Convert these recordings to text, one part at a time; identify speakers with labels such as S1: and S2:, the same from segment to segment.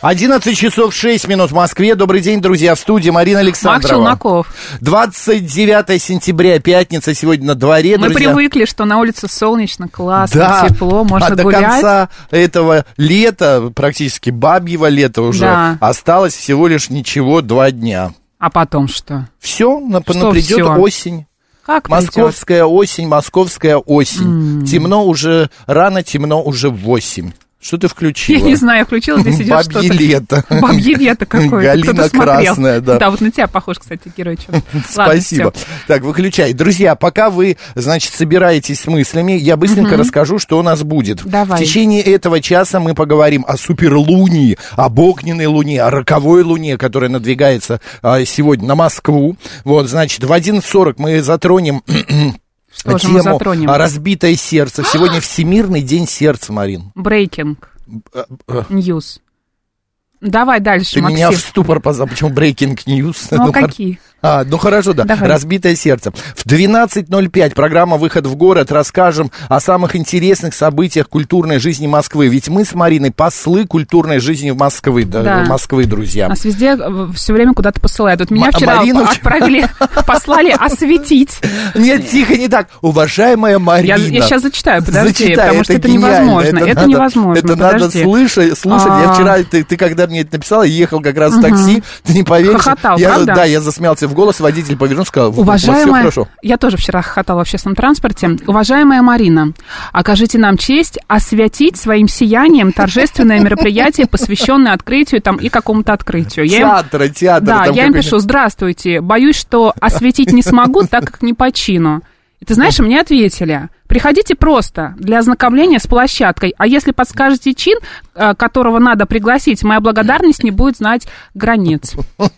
S1: 11 часов 6 минут в Москве. Добрый день, друзья, в студии Марина
S2: Макс
S1: Александрова.
S2: Челноков.
S1: 29 сентября, пятница, сегодня на дворе,
S2: Мы
S1: друзья.
S2: привыкли, что на улице солнечно, классно,
S1: Да,
S2: тепло, можно
S1: а до
S2: гулять.
S1: конца этого лета, практически бабьего лета уже,
S2: Да.
S1: осталось всего лишь ничего, два дня.
S2: А потом что?
S1: Все,
S2: Что
S1: придет
S2: всё?
S1: осень.
S2: Как придёт?
S1: Московская осень, московская осень. Темно уже, рано темно уже в 8. Что ты включила?
S2: Я не знаю, включила здесь идет
S1: Бабье
S2: что-то.
S1: лето.
S2: Бабье лето какое-то.
S1: Галина
S2: Кто-то смотрел.
S1: Красная, да.
S2: Да, вот на тебя похож, кстати, герой. чё. Ладно,
S1: Спасибо.
S2: всё.
S1: Так, выключай. Друзья, пока вы, значит, собираетесь с мыслями, я быстренько расскажу, что у нас будет.
S2: Давай.
S1: В течение этого часа мы поговорим о суперлунии, об огненной луне, о роковой луне, которая надвигается а, сегодня на Москву. Вот, значит, в 11.40 мы затронем
S2: Что же
S1: тему
S2: мы затронем?
S1: а, «Разбитое сердце». Сегодня Всемирный день сердца, Марин.
S2: Брейкинг.
S1: Э, э,
S2: Ньюс. Давай дальше,
S1: Ты
S2: Максим.
S1: меня в ступор позвал. Почему breaking news?
S2: Ну, а
S1: хор-
S2: какие?
S1: А, ну хорошо, да.
S2: Давай.
S1: Разбитое сердце. В 12.05 программа «Выход в город» расскажем о самых интересных событиях культурной жизни Москвы. Ведь мы с Мариной послы культурной жизни в Москвы, да,
S2: Да.
S1: Москвы, друзья.
S2: Нас везде все время куда-то посылают. Вот меня
S1: Ма-
S2: вчера
S1: а Марину-
S2: отправили, послали осветить.
S1: Нет, тихо, не так. Уважаемая Марина.
S2: Я, сейчас зачитаю, подожди,
S1: Зачитай,
S2: потому что это,
S1: гениально,
S2: невозможно. Это,
S1: надо-
S2: невозможно.
S1: Это надо
S2: подожди.
S1: слышать. слушать. Я
S2: А.
S1: вчера, ты, ты когда мне это написала, я ехал как раз в такси, ты не поверишь.
S2: Хохотал,
S1: я,
S2: правда?
S1: Да, я засмеялся в голос, водитель повернулся, сказал, все
S2: Уважаемая,
S1: хорошо.
S2: я тоже вчера хохотала в общественном транспорте. Уважаемая Марина, окажите нам честь освятить своим сиянием торжественное мероприятие, посвященное открытию там и какому-то открытию. Я им-
S1: Театра, театра.
S2: да,
S1: А там
S2: я им
S1: какой-нибудь.
S2: пишу, здравствуйте, боюсь, что осветить не смогу, так как не по чину. И ты знаешь, мне ответили, приходите просто для ознакомления с площадкой, а если подскажете чин, э, которого надо пригласить, моя благодарность не будет знать границ.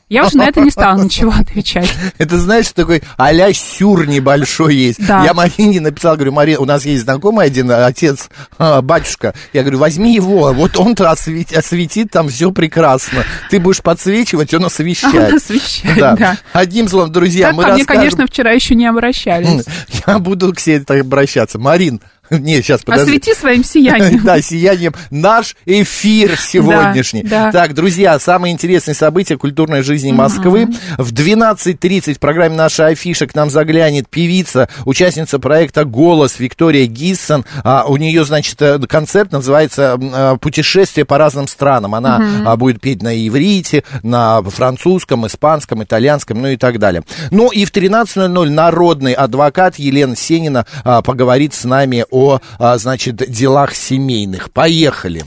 S2: Я уже на это не стала ничего отвечать.
S1: Это знаешь, такой а-ля сюр небольшой есть.
S2: Да.
S1: Я Марине написал, говорю, Мария, у нас есть знакомый один отец, а, батюшка. Я говорю, возьми его, вот он-то осветит, осветит там все прекрасно. Ты будешь подсвечивать, он освещает.
S2: Он освещает, да.
S1: Одним словом, друзья,
S2: Так
S1: мы
S2: ко мне,
S1: расскажем- Хм,
S2: конечно, вчера еще не обращались.
S1: Я буду к себе так обращаться. Марин, не, сейчас, подожди.
S2: Освети своим сиянием.
S1: Да, сиянием. Наш эфир сегодняшний.
S2: Да, да.
S1: Так, друзья, самые интересные события культурной жизни Москвы. В 12.30 в программе «Наша афиша» к нам заглянет певица, участница проекта «Голос» Виктория Гиссон. А, у нее, значит, э, концерт называется м, э, «Путешествие по разным странам». Она а, будет петь на иврите, на французском, испанском, итальянском, ну и так далее. Ну и в 13.00 народный адвокат Елена Сенина а, поговорит с нами о, а, значит, делах семейных. Поехали.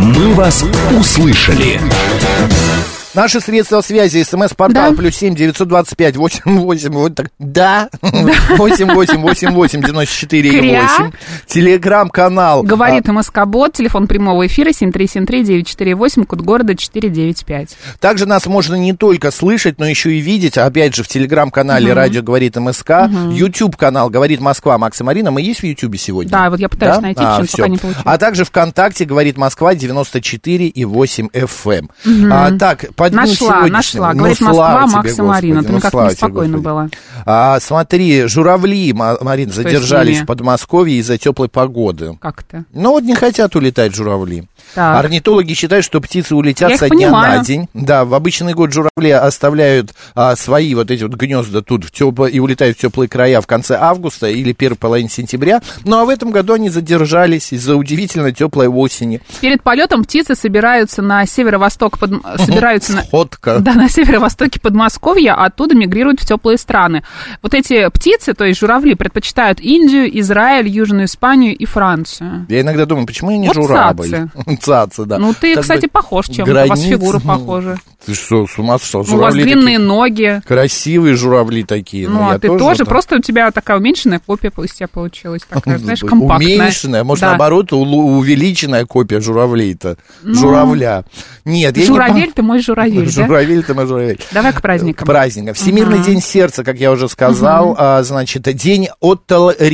S3: «Мы вас услышали».
S1: Наши средства связи, смс-портал,
S2: Да.
S1: плюс семь девятьсот двадцать пять восемь восемь, вот так, да, восемь восемь восемь восемь девяносто четыре и
S2: Кря.
S1: восемь. Телеграм-канал.
S2: Говорит МСК Бот, телефон прямого эфира 7373948, код города 495.
S1: А, Также нас можно не только слышать, но еще и видеть, опять же, в телеграм-канале «Радио говорит МСК», YouTube-канал «Говорит Москва» Макс и Марина. Мы есть в Ютубе сегодня?
S2: Да, вот я пытаюсь
S1: Да?
S2: найти,
S1: А,
S2: почему-то
S1: всё.
S2: пока не получилось.
S1: А также ВКонтакте «Говорит Москва» 94 и 8 FM. А, так, по дню
S2: Нашла,
S1: сегодняшнему.
S2: нашла.
S1: Ну,
S2: Говорит
S1: слава
S2: Москва,
S1: тебе,
S2: Макс и
S1: Господи,
S2: Марина. Ты
S1: ну,
S2: как
S1: слава тебе,
S2: неспокойно
S1: Господи.
S2: было.
S1: А, смотри, журавли, Ма- Марин,
S2: с
S1: задержались
S2: ними?
S1: в Подмосковье из-за теплой погоды.
S2: Как-то.
S1: Ну вот не хотят улетать журавли.
S2: Так.
S1: Орнитологи считают, что птицы улетят
S2: Я их
S1: со дня на
S2: понимаю.
S1: день. Да, в обычный год журавли оставляют а, свои вот эти вот гнезда тут в тепло, и улетают в теплые края в конце августа или первой половине сентября. Ну а в этом году они задержались из-за удивительно теплой осени.
S2: Перед полетом птицы собираются на северо-восток, под... собираются
S1: Сходка.
S2: Да, на северо-востоке Подмосковья, а оттуда мигрируют в теплые страны. Вот эти птицы, то есть журавли, предпочитают Индию, Израиль, Южную Испанию и Францию.
S1: Я иногда думаю, почему я не
S2: Вот
S1: журавль? Цаца, да.
S2: Ну, ты,
S1: Как бы
S2: кстати, похож чем-то, у вас
S1: границ,
S2: фигура
S1: ну,
S2: похожа.
S1: Ты что, с ума сошел?
S2: Ну, у вас
S1: Журавли такие
S2: длинные ноги.
S1: Красивые журавли такие.
S2: Ну, а
S1: я
S2: ты тоже,
S1: да.
S2: просто у тебя такая уменьшенная копия из тебя получилась, такая, знаешь, компактная.
S1: Уменьшенная, может,
S2: Да.
S1: наоборот, улу- увеличенная копия журавлей-то. Журавля. Нет, я не
S2: Ну. Журавель,
S1: пом-
S2: ты мой журавель, да?
S1: Журавель ты мой журавель.
S2: Давай к
S1: К
S2: праздникам.
S1: праздникам. Всемирный день сердца, как я уже сказал, а, значит, день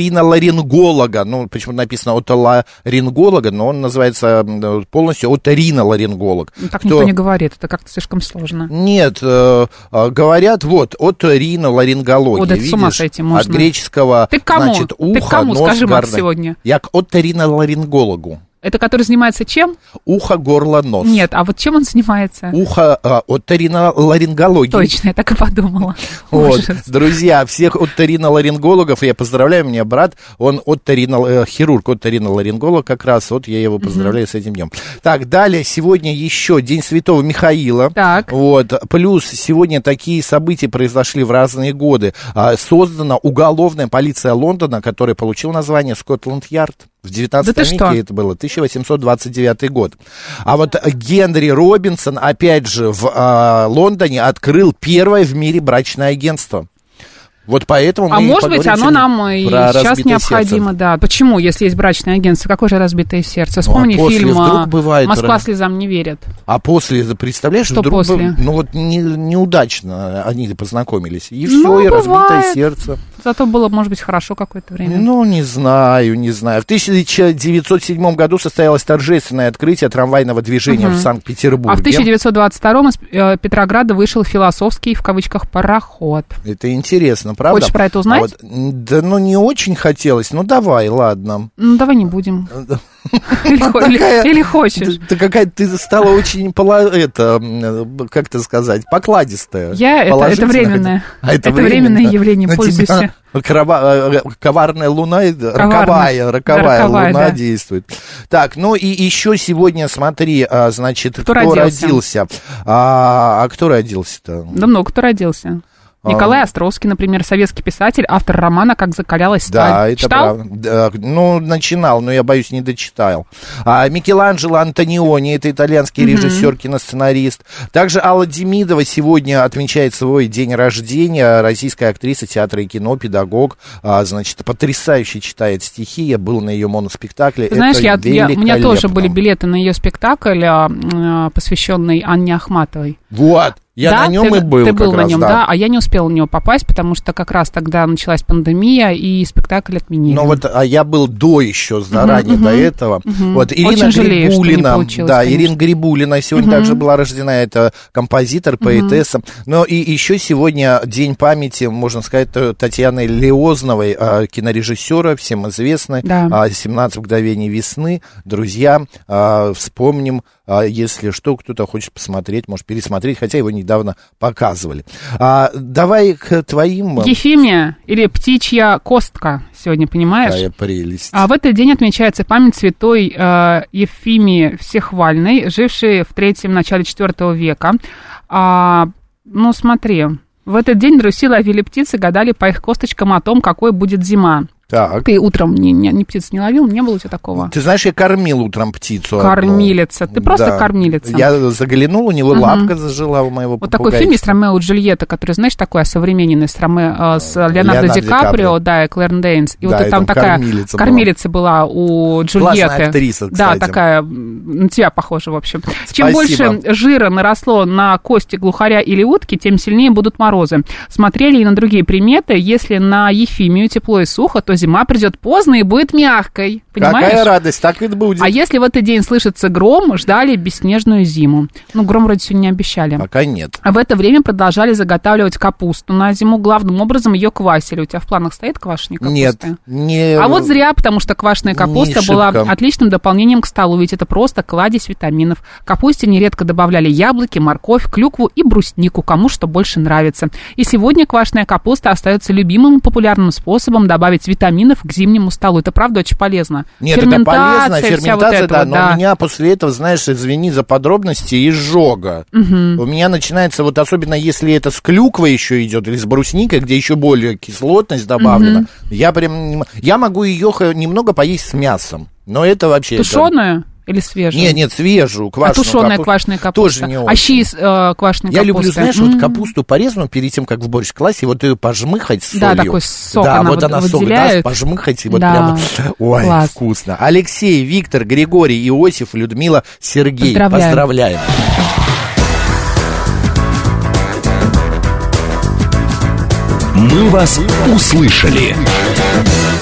S1: оториноларинголога. Ну, почему-то написано оториноларинголога, но он называется м, полностью оториноларинголог.
S2: Ну, Так
S1: Кто-
S2: никто не говорит, это как-то слишком сложно.
S1: Нет, э, э, говорят, вот, от ларингологии.
S2: О, да ты с ума сойти можно.
S1: От греческого,
S2: Ты к кому?
S1: значит,
S2: Ты к
S1: ухо,
S2: кому,
S1: нос,
S2: скажи, Макс,
S1: горло.
S2: сегодня?
S1: Я к оториноларингологу.
S2: Это который занимается чем?
S1: Ухо, горло, нос.
S2: Нет, а вот чем он занимается?
S1: Ухо э, оториноларингологии.
S2: Точно, я так и подумала.
S1: Вот,
S2: Ужас.
S1: друзья, всех оториноларингологов я поздравляю, у меня брат, он оторинол, э, хирург, оториноларинголог как раз, вот я его поздравляю с этим днем. Так, далее, сегодня еще День Святого Михаила.
S2: Так.
S1: Вот, плюс сегодня такие события произошли в разные годы. А, Создана уголовная полиция Лондона, которая получила название Скотланд-Ярд. В 19
S2: Да ты
S1: веке
S2: что?
S1: это было, 1829 год. А вот Генри Робинсон, опять же, в а, Лондоне открыл первое в мире брачное агентство. Вот поэтому
S2: А
S1: мы и
S2: может быть,
S1: поговорим
S2: оно
S1: сегодня
S2: нам и
S1: про
S2: сейчас
S1: разбитое
S2: необходимо,
S1: сердце.
S2: да. Почему, если есть брачное агентство, какое же разбитое сердце?
S1: Ну, а
S2: Вспомни
S1: после
S2: фильм
S1: вдруг
S2: а,
S1: бывает
S2: «Москва
S1: раз-
S2: слезам не верит».
S1: А после, представляешь,
S2: Что
S1: вдруг бы-
S2: после?
S1: ну вот не- неудачно они познакомились. И все,
S2: Ну,
S1: и разбитое
S2: бывает.
S1: сердце.
S2: Зато было, может быть, хорошо какое-то время.
S1: Ну, не знаю, не знаю. В 1907 году состоялось торжественное открытие трамвайного движения в Санкт-Петербурге.
S2: а в 1922 из э, Петрограда вышел философский, в кавычках, пароход.
S1: Это интересно, правда?
S2: Хочешь про это
S1: А
S2: узнать?
S1: вот, м, да, ну, не очень хотелось. Ну, давай, ладно.
S2: Ну, давай не будем. Или хо-
S1: Такая-
S2: Или или хочешь.
S1: Ты, ты какая-то ты стала очень, пола- это, м, как это сказать, покладистая.
S2: Я- это- это
S1: Положительная.
S2: временное.
S1: А это,
S2: Это временное явление,
S1: На тебя
S2: пользуйся.
S1: крова- э, коварная луна, э, роковая,
S2: Да,
S1: роковая
S2: роковая,
S1: луна
S2: да.
S1: действует. Так, ну и еще сегодня, смотри, а, значит, кто,
S2: родился?
S1: родился? А, а кто родился-то?
S2: Да много кто родился.
S1: А,
S2: Николай Островский, например, советский писатель, автор романа «Как закалялась сталь».
S1: Да, это
S2: А, Читал?
S1: правда. Да, ну, начинал, но я боюсь, не дочитал. А, Микеланджело Антониони, это итальянский режиссер, киносценарист. Также Алла Демидова сегодня отмечает свой день рождения. Российская актриса театра и кино, педагог. А, значит, потрясающе читает стихи. Я был на ее моноспектакле.
S2: Ты Знаешь,
S1: это
S2: я, я- у меня тоже
S1: великолепно.
S2: были билеты на ее спектакль, а, м, э, посвященный Анне Ахматовой.
S1: Вот, я
S2: Да?
S1: на нем
S2: ты,
S1: и был
S2: Ты
S1: как
S2: был на
S1: раз,
S2: нем, да. а я не успела на него попасть, потому что как раз тогда началась пандемия, и спектакль отменили.
S1: Ну вот, а я был до еще, заранее до этого. Вот Ирина
S2: Очень жалею, что не
S1: Грибулина,
S2: получилось,
S1: да,
S2: конечно.
S1: Ирина Грибулина сегодня также была рождена, это композитор, поэтесса. Но и еще сегодня день памяти, можно сказать, Та- Татьяны Леозновой, а, кинорежиссера, всем известной,
S2: Да.
S1: а, 17 мгновений весны. Друзья, а, вспомним, а, если что, кто-то хочет посмотреть, может пересмотреть, хотя его недавно показывали. А, давай к твоим...
S2: Ефимия или птичья костка сегодня, понимаешь?
S1: Какая прелесть.
S2: А в этот день отмечается память святой э, Ефимии Всехвальной, жившей в третьем начале IV века. А, ну, смотри, в этот день друси ловили птицы, гадали по их косточкам о том, какой будет зима.
S1: Так.
S2: Ты утром ни, ни- ни птиц не ловил, не было у тебя такого?
S1: Ты знаешь, я кормил утром птицу. одну.
S2: Кормилица. Ты просто
S1: Да.
S2: кормилица.
S1: Я заглянул, у него лапка зажила у моего
S2: Вот такой фильм есть Ромео и Джульетта, который, знаешь, такой осовремененный с, Роме, э, с Леонардо,
S1: Леонардо
S2: Ди
S1: Ди
S2: Каприо,
S1: Каприо.
S2: да, и Клэрн Дейнс. И
S1: Да,
S2: вот
S1: и
S2: это там
S1: там
S2: такая
S1: кормилица была.
S2: кормилица была, у Джульетты.
S1: актриса, кстати.
S2: Да, такая, м, на тебя похожа, в общем.
S1: Спасибо.
S2: Чем больше жира наросло на кости глухаря или утки, тем сильнее будут морозы. Смотрели и на другие приметы. Если на Ефимию тепло и сухо, то зима придет поздно и будет мягкой. Понимаешь?
S1: Какая радость, так и будет.
S2: А если в этот день слышится гром, ждали бесснежную зиму. Ну, гром вроде сегодня не обещали.
S1: Пока нет.
S2: А В это время продолжали заготавливать капусту на зиму. Главным образом ее квасили. У тебя в планах стоит квашеная капуста?
S1: Нет. Не...
S2: А вот зря, потому что квашеная
S1: Не
S2: капуста была
S1: шибко.
S2: отличным дополнением к столу, ведь это просто кладезь витаминов. К капусте нередко добавляли яблоки, морковь, клюкву и бруснику, кому что больше нравится. И сегодня квашеная капуста остается любимым и популярным способом добавить витаминов витаминов к зимнему столу. Это правда очень полезно.
S1: Нет, это
S2: Ферментация, вся
S1: полезно,
S2: вот
S1: ферментация,
S2: эта
S1: да,
S2: вот,
S1: но у меня после этого, знаешь, извини за подробности, изжога. У меня начинается, вот особенно если это с клюквой еще идет, или с брусникой, где еще более кислотность добавлена, я прям, не м- я могу ее х- немного поесть с мясом, но это вообще... это-
S2: Тушеную или свежую?
S1: Нет, нет, свежую,
S2: А
S1: квашеную
S2: тушеная
S1: капусту.
S2: квашеная капуста.
S1: Тоже не
S2: А
S1: очень.
S2: щи из э, квашеной
S1: Я
S2: капусты.
S1: люблю, знаешь,
S2: М.
S1: вот капусту порезанную перед тем, как в борщ класть, и вот ее пожмыхать с
S2: Да,
S1: солью.
S2: такой сок
S1: Да,
S2: она
S1: вот
S2: вот
S1: она сок, да,
S2: выделяет.
S1: пожмыхать, и вот
S2: Да.
S1: прямо, ой,
S2: Класс.
S1: вкусно. Алексей, Виктор, Григорий, Иосиф, Людмила, Сергей.
S2: Поздравляем.
S1: Поздравляем.
S3: «Мы вас услышали».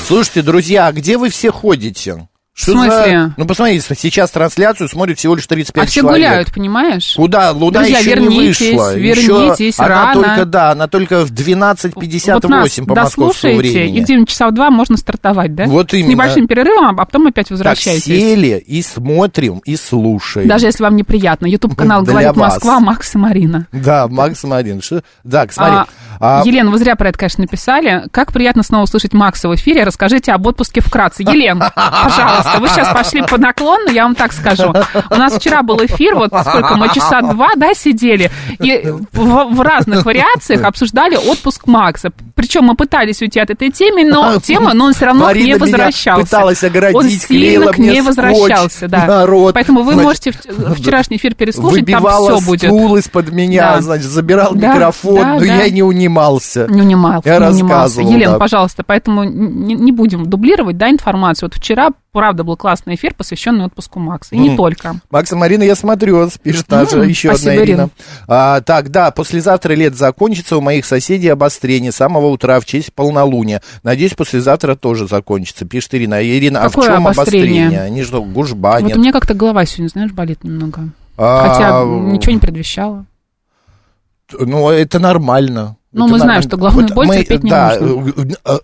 S1: Слушайте, друзья, а где вы все ходите? Что
S2: В смысле?
S1: За... Ну, посмотрите, сейчас трансляцию смотрит всего лишь 35
S2: А все
S1: человек.
S2: гуляют, понимаешь?
S1: Куда? Луна
S2: Друзья,
S1: еще
S2: вернитесь,
S1: не вышла.
S2: вернитесь,
S1: еще она
S2: рано.
S1: только, да, она только в 12.58
S2: вот нас
S1: по московскому
S2: дослушаете,
S1: времени.
S2: и где-нибудь часа в два можно стартовать, да?
S1: Вот
S2: С
S1: именно.
S2: небольшим перерывом, а- а потом опять
S1: так
S2: возвращаетесь.
S1: сели и смотрим, и слушаем.
S2: Даже если вам неприятно. Ютуб-канал
S1: Для
S2: «Говорит
S1: вас.
S2: Москва», Макс и Марина.
S1: Да, Макс Марин. Что? Да, смотри.
S2: А,
S1: а,
S2: Елена, вы зря про это, конечно, написали. Как приятно снова слышать Макса в эфире. Расскажите об отпуске вкратце. Елена, пожалуйста, вы сейчас пошли по наклону, я вам так скажу. У нас вчера был эфир, вот сколько мы часа два, да, сидели, и в, в разных вариациях обсуждали отпуск Макса. Причем мы пытались уйти от этой темы, но темы, но он все равно
S1: Марина
S2: к ней
S1: меня
S2: возвращался.
S1: пыталась оградить,
S2: он сильно
S1: клеила
S2: к ней
S1: мне скотч
S2: возвращался, да.
S1: на рот.
S2: Поэтому вы
S1: Значит,
S2: можете в- вчерашний эфир переслушать, там
S1: выбивала
S2: все будет.
S1: стул из-под меня,
S2: Да.
S1: значит, забирал
S2: Да,
S1: микрофон,
S2: да,
S1: но
S2: да.
S1: я не унимался.
S2: Ну, Не унимался,
S1: Я
S2: не унимался.
S1: рассказывал,
S2: Елена,
S1: да.
S2: пожалуйста, поэтому не, не будем дублировать, да, информацию. Вот вчера, правда, был классный эфир, посвященный отпуску Макса. И
S1: Ну,
S2: не только.
S1: Макс и Марина, я смотрю, вас пишет наша
S2: М,
S1: еще одна
S2: спасибо,
S1: Ирина.
S2: Ирина.
S1: А, так, да, послезавтра лет закончится, у моих соседей обострение с самого утра в честь полнолуния. Надеюсь, послезавтра тоже закончится, пишет Ирина. Ирина, а
S2: Какое
S1: в чем обострение?
S2: обострение?
S1: Они что,
S2: вот
S1: гужбанят?
S2: у меня как-то голова сегодня, знаешь, болит немного.
S1: А,
S2: Хотя ничего не предвещало.
S1: Ну, это нормально.
S2: Ну,
S1: Это
S2: мы знаем,
S1: нормально.
S2: что головную боль терпеть не
S1: да,
S2: нужно.
S1: э, э,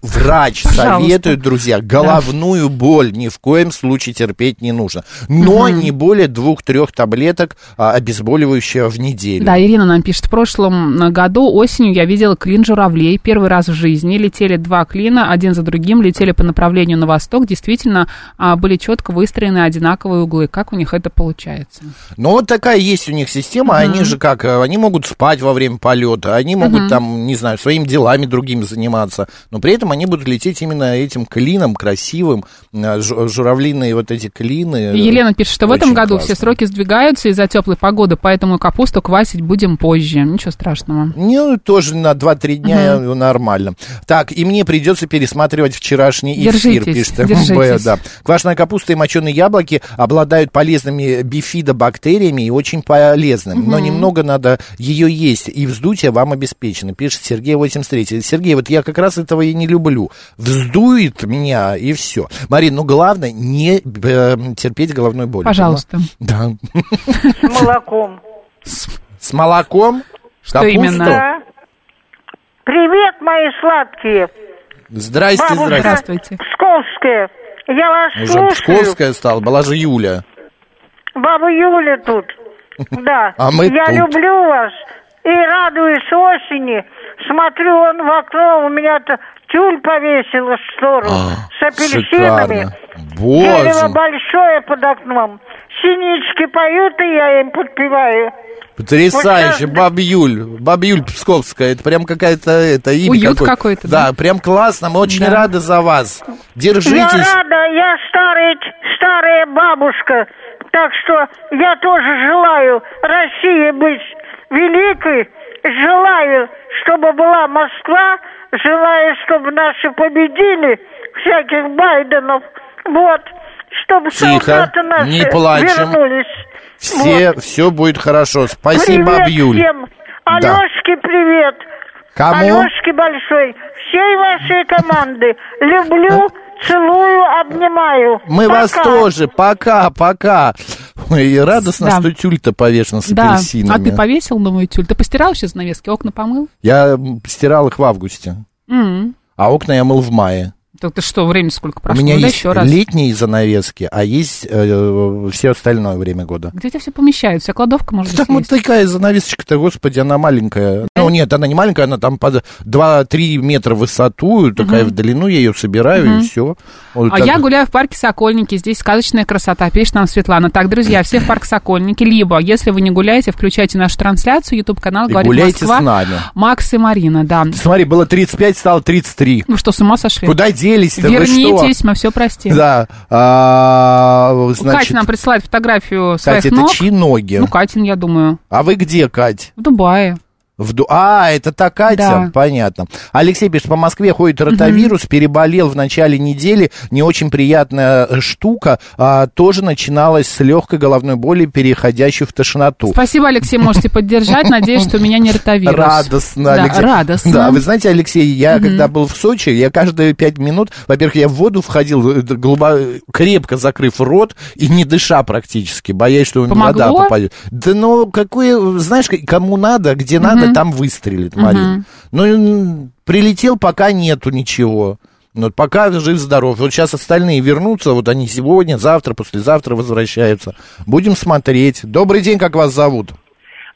S1: Врач
S2: Пожалуйста.
S1: советует, друзья, головную боль ни в коем случае терпеть не нужно. Но не более двух-трех таблеток а, обезболивающего в неделю.
S2: Да, Ирина нам пишет, в прошлом э, году осенью я видела клин журавлей первый раз в жизни. Летели два клина, один за другим, летели по направлению на восток. Действительно, а, были четко выстроены одинаковые углы. Как у них это получается?
S1: Но вот такая есть у них система, они же как, э, они могут спать во время полета, они могут там, не знаю, своими делами другими заниматься, но при этом они будут лететь именно этим клином красивым, э, жу- журавлиные вот эти клины.
S2: И Елена пишет, что в
S1: Э, Очень
S2: этом году
S1: классно.
S2: все сроки сдвигаются из-за теплой погоды, поэтому капусту квасить будем позже. Ничего страшного.
S1: Ну, тоже на 2-3 дня э, нормально. Так, и мне придется пересматривать вчерашний эфир,
S2: Держитесь,
S1: пишет МБ.
S2: держитесь.
S1: Да. Квашеная капуста и моченые яблоки обладают полезными бифидобактериями и очень полезным. Но немного надо ее есть, и вздутие вам обеспечено, пишет Сергей 83. Сергей, вот я как раз этого и не люблю. Вздует меня, и все. Марин, ну главное не э, терпеть головной боли.
S2: Пожалуйста.
S1: Да.
S4: молоком.
S1: С молоком? Что
S2: именно?
S4: Да. Привет, мои сладкие.
S1: Здрасте,
S4: Бабушка.
S1: здрасте.
S2: Здравствуйте.
S4: Псковские. Я вас
S1: Уже
S4: слушаю.
S1: Псковская А стала, была же Юля.
S4: Баба Юля тут. Да.
S1: А мы
S4: Я
S1: тут.
S4: люблю вас и радуюсь осени. Смотрю, он в окно у меня то тюль повесила в штору с апельсинами.
S1: А, Шикарно. Боже,
S4: Дерево большое под окном. Синички поют, и я им подпеваю.
S1: потрясающе,
S4: Вот сейчас-
S1: Баб Юль, Баб Юль Псковская, это прям какая-то это имя
S2: Уют
S1: какое-то.
S2: какой-то,
S1: да.
S2: да?
S1: прям классно, мы очень
S2: Да.
S1: рады за вас.
S4: Я
S1: Держитесь.
S4: рада, я старая, старая бабушка. Так что я тоже желаю России быть великой. Желаю, чтобы была Москва. Желаю, чтобы наши победили всяких Байденов. Вот. Чтобы
S1: Тихо,
S4: солдаты наши
S1: не плачем.
S4: вернулись.
S1: Все, все будет хорошо. Спасибо,
S4: привет
S1: Баб Юль.
S4: всем.
S1: Да.
S4: Алешке привет.
S1: Кому?
S4: Алешке большой. Всей вашей команды. Люблю, целую, обнимаю.
S1: Э, Мы
S4: Пока.
S1: вас тоже. Пока, пока. Ой, и радостно,
S2: Да.
S1: что тюль-то повешена с
S2: Да.
S1: апельсинами.
S2: А ты повесил, думаю, тюль? Ты постирал сейчас занавески, окна помыл?
S1: Я м, стирал их в августе,
S2: М.
S1: а окна я мыл в мае.
S2: Так ты что, время сколько
S1: У
S2: прошло?
S1: меня
S2: Да
S1: есть
S2: еще раз.
S1: летние занавески, а есть э, все остальное время года.
S2: Где у тебя все помещают? Вся кладовка, может
S1: Там
S2: быть,
S1: вот
S2: есть? Э?
S1: такая занавесочка-то, господи, она маленькая. Ну, нет, она не маленькая, она там под 2-3 метра в высоту, такая в длину, я ее собираю, и все.
S2: А я гуляю в парке Сокольники, здесь сказочная красота, пишет нам Светлана. Так, друзья, все в парк Сокольники, либо, если вы не гуляете, включайте нашу трансляцию, YouTube-канал
S1: И
S2: «Говорит
S1: гуляйте
S2: Москва».
S1: с нами.
S2: Макс и Марина, да.
S1: Смотри, было 35, стало 33.
S2: Вы что, с ума сошли?
S1: Куда делись-то? Вы что?
S2: Вернитесь, мы все простим. Ну,
S1: Да. а,
S2: Катя
S1: значит,
S2: нам присылает фотографию своих
S1: Катя, это
S2: ног.
S1: чьи ноги?
S2: Ну, Катин, я думаю.
S1: А вы где, Кать?
S2: В Дубае.
S1: В Ду- А, это та Катя?
S2: Да.
S1: Понятно. Алексей пишет, по Москве ходит ротавирус, переболел в начале недели, не очень приятная э, штука, а, тоже начиналась с легкой головной боли, переходящей в тошноту.
S2: Спасибо, Алексей, можете поддержать. Надеюсь, что у меня не ротовирус.
S1: Радостно,
S2: Да,
S1: Алексей.
S2: радостно.
S1: Да, вы знаете, Алексей, я когда был в Сочи, я каждые пять минут, во-первых, я в воду входил, э, глубо- крепко закрыв рот и не дыша практически, боясь, что
S2: Помогло?
S1: вода попадет. Да ну, какое, знаешь, к- кому надо, где надо, там выстрелит, Марин. Ну, м, прилетел, пока нету ничего. Ну, вот пока жив-здоров. Вот сейчас остальные вернутся, вот они сегодня, завтра, послезавтра возвращаются. Будем смотреть. Добрый день, как вас зовут?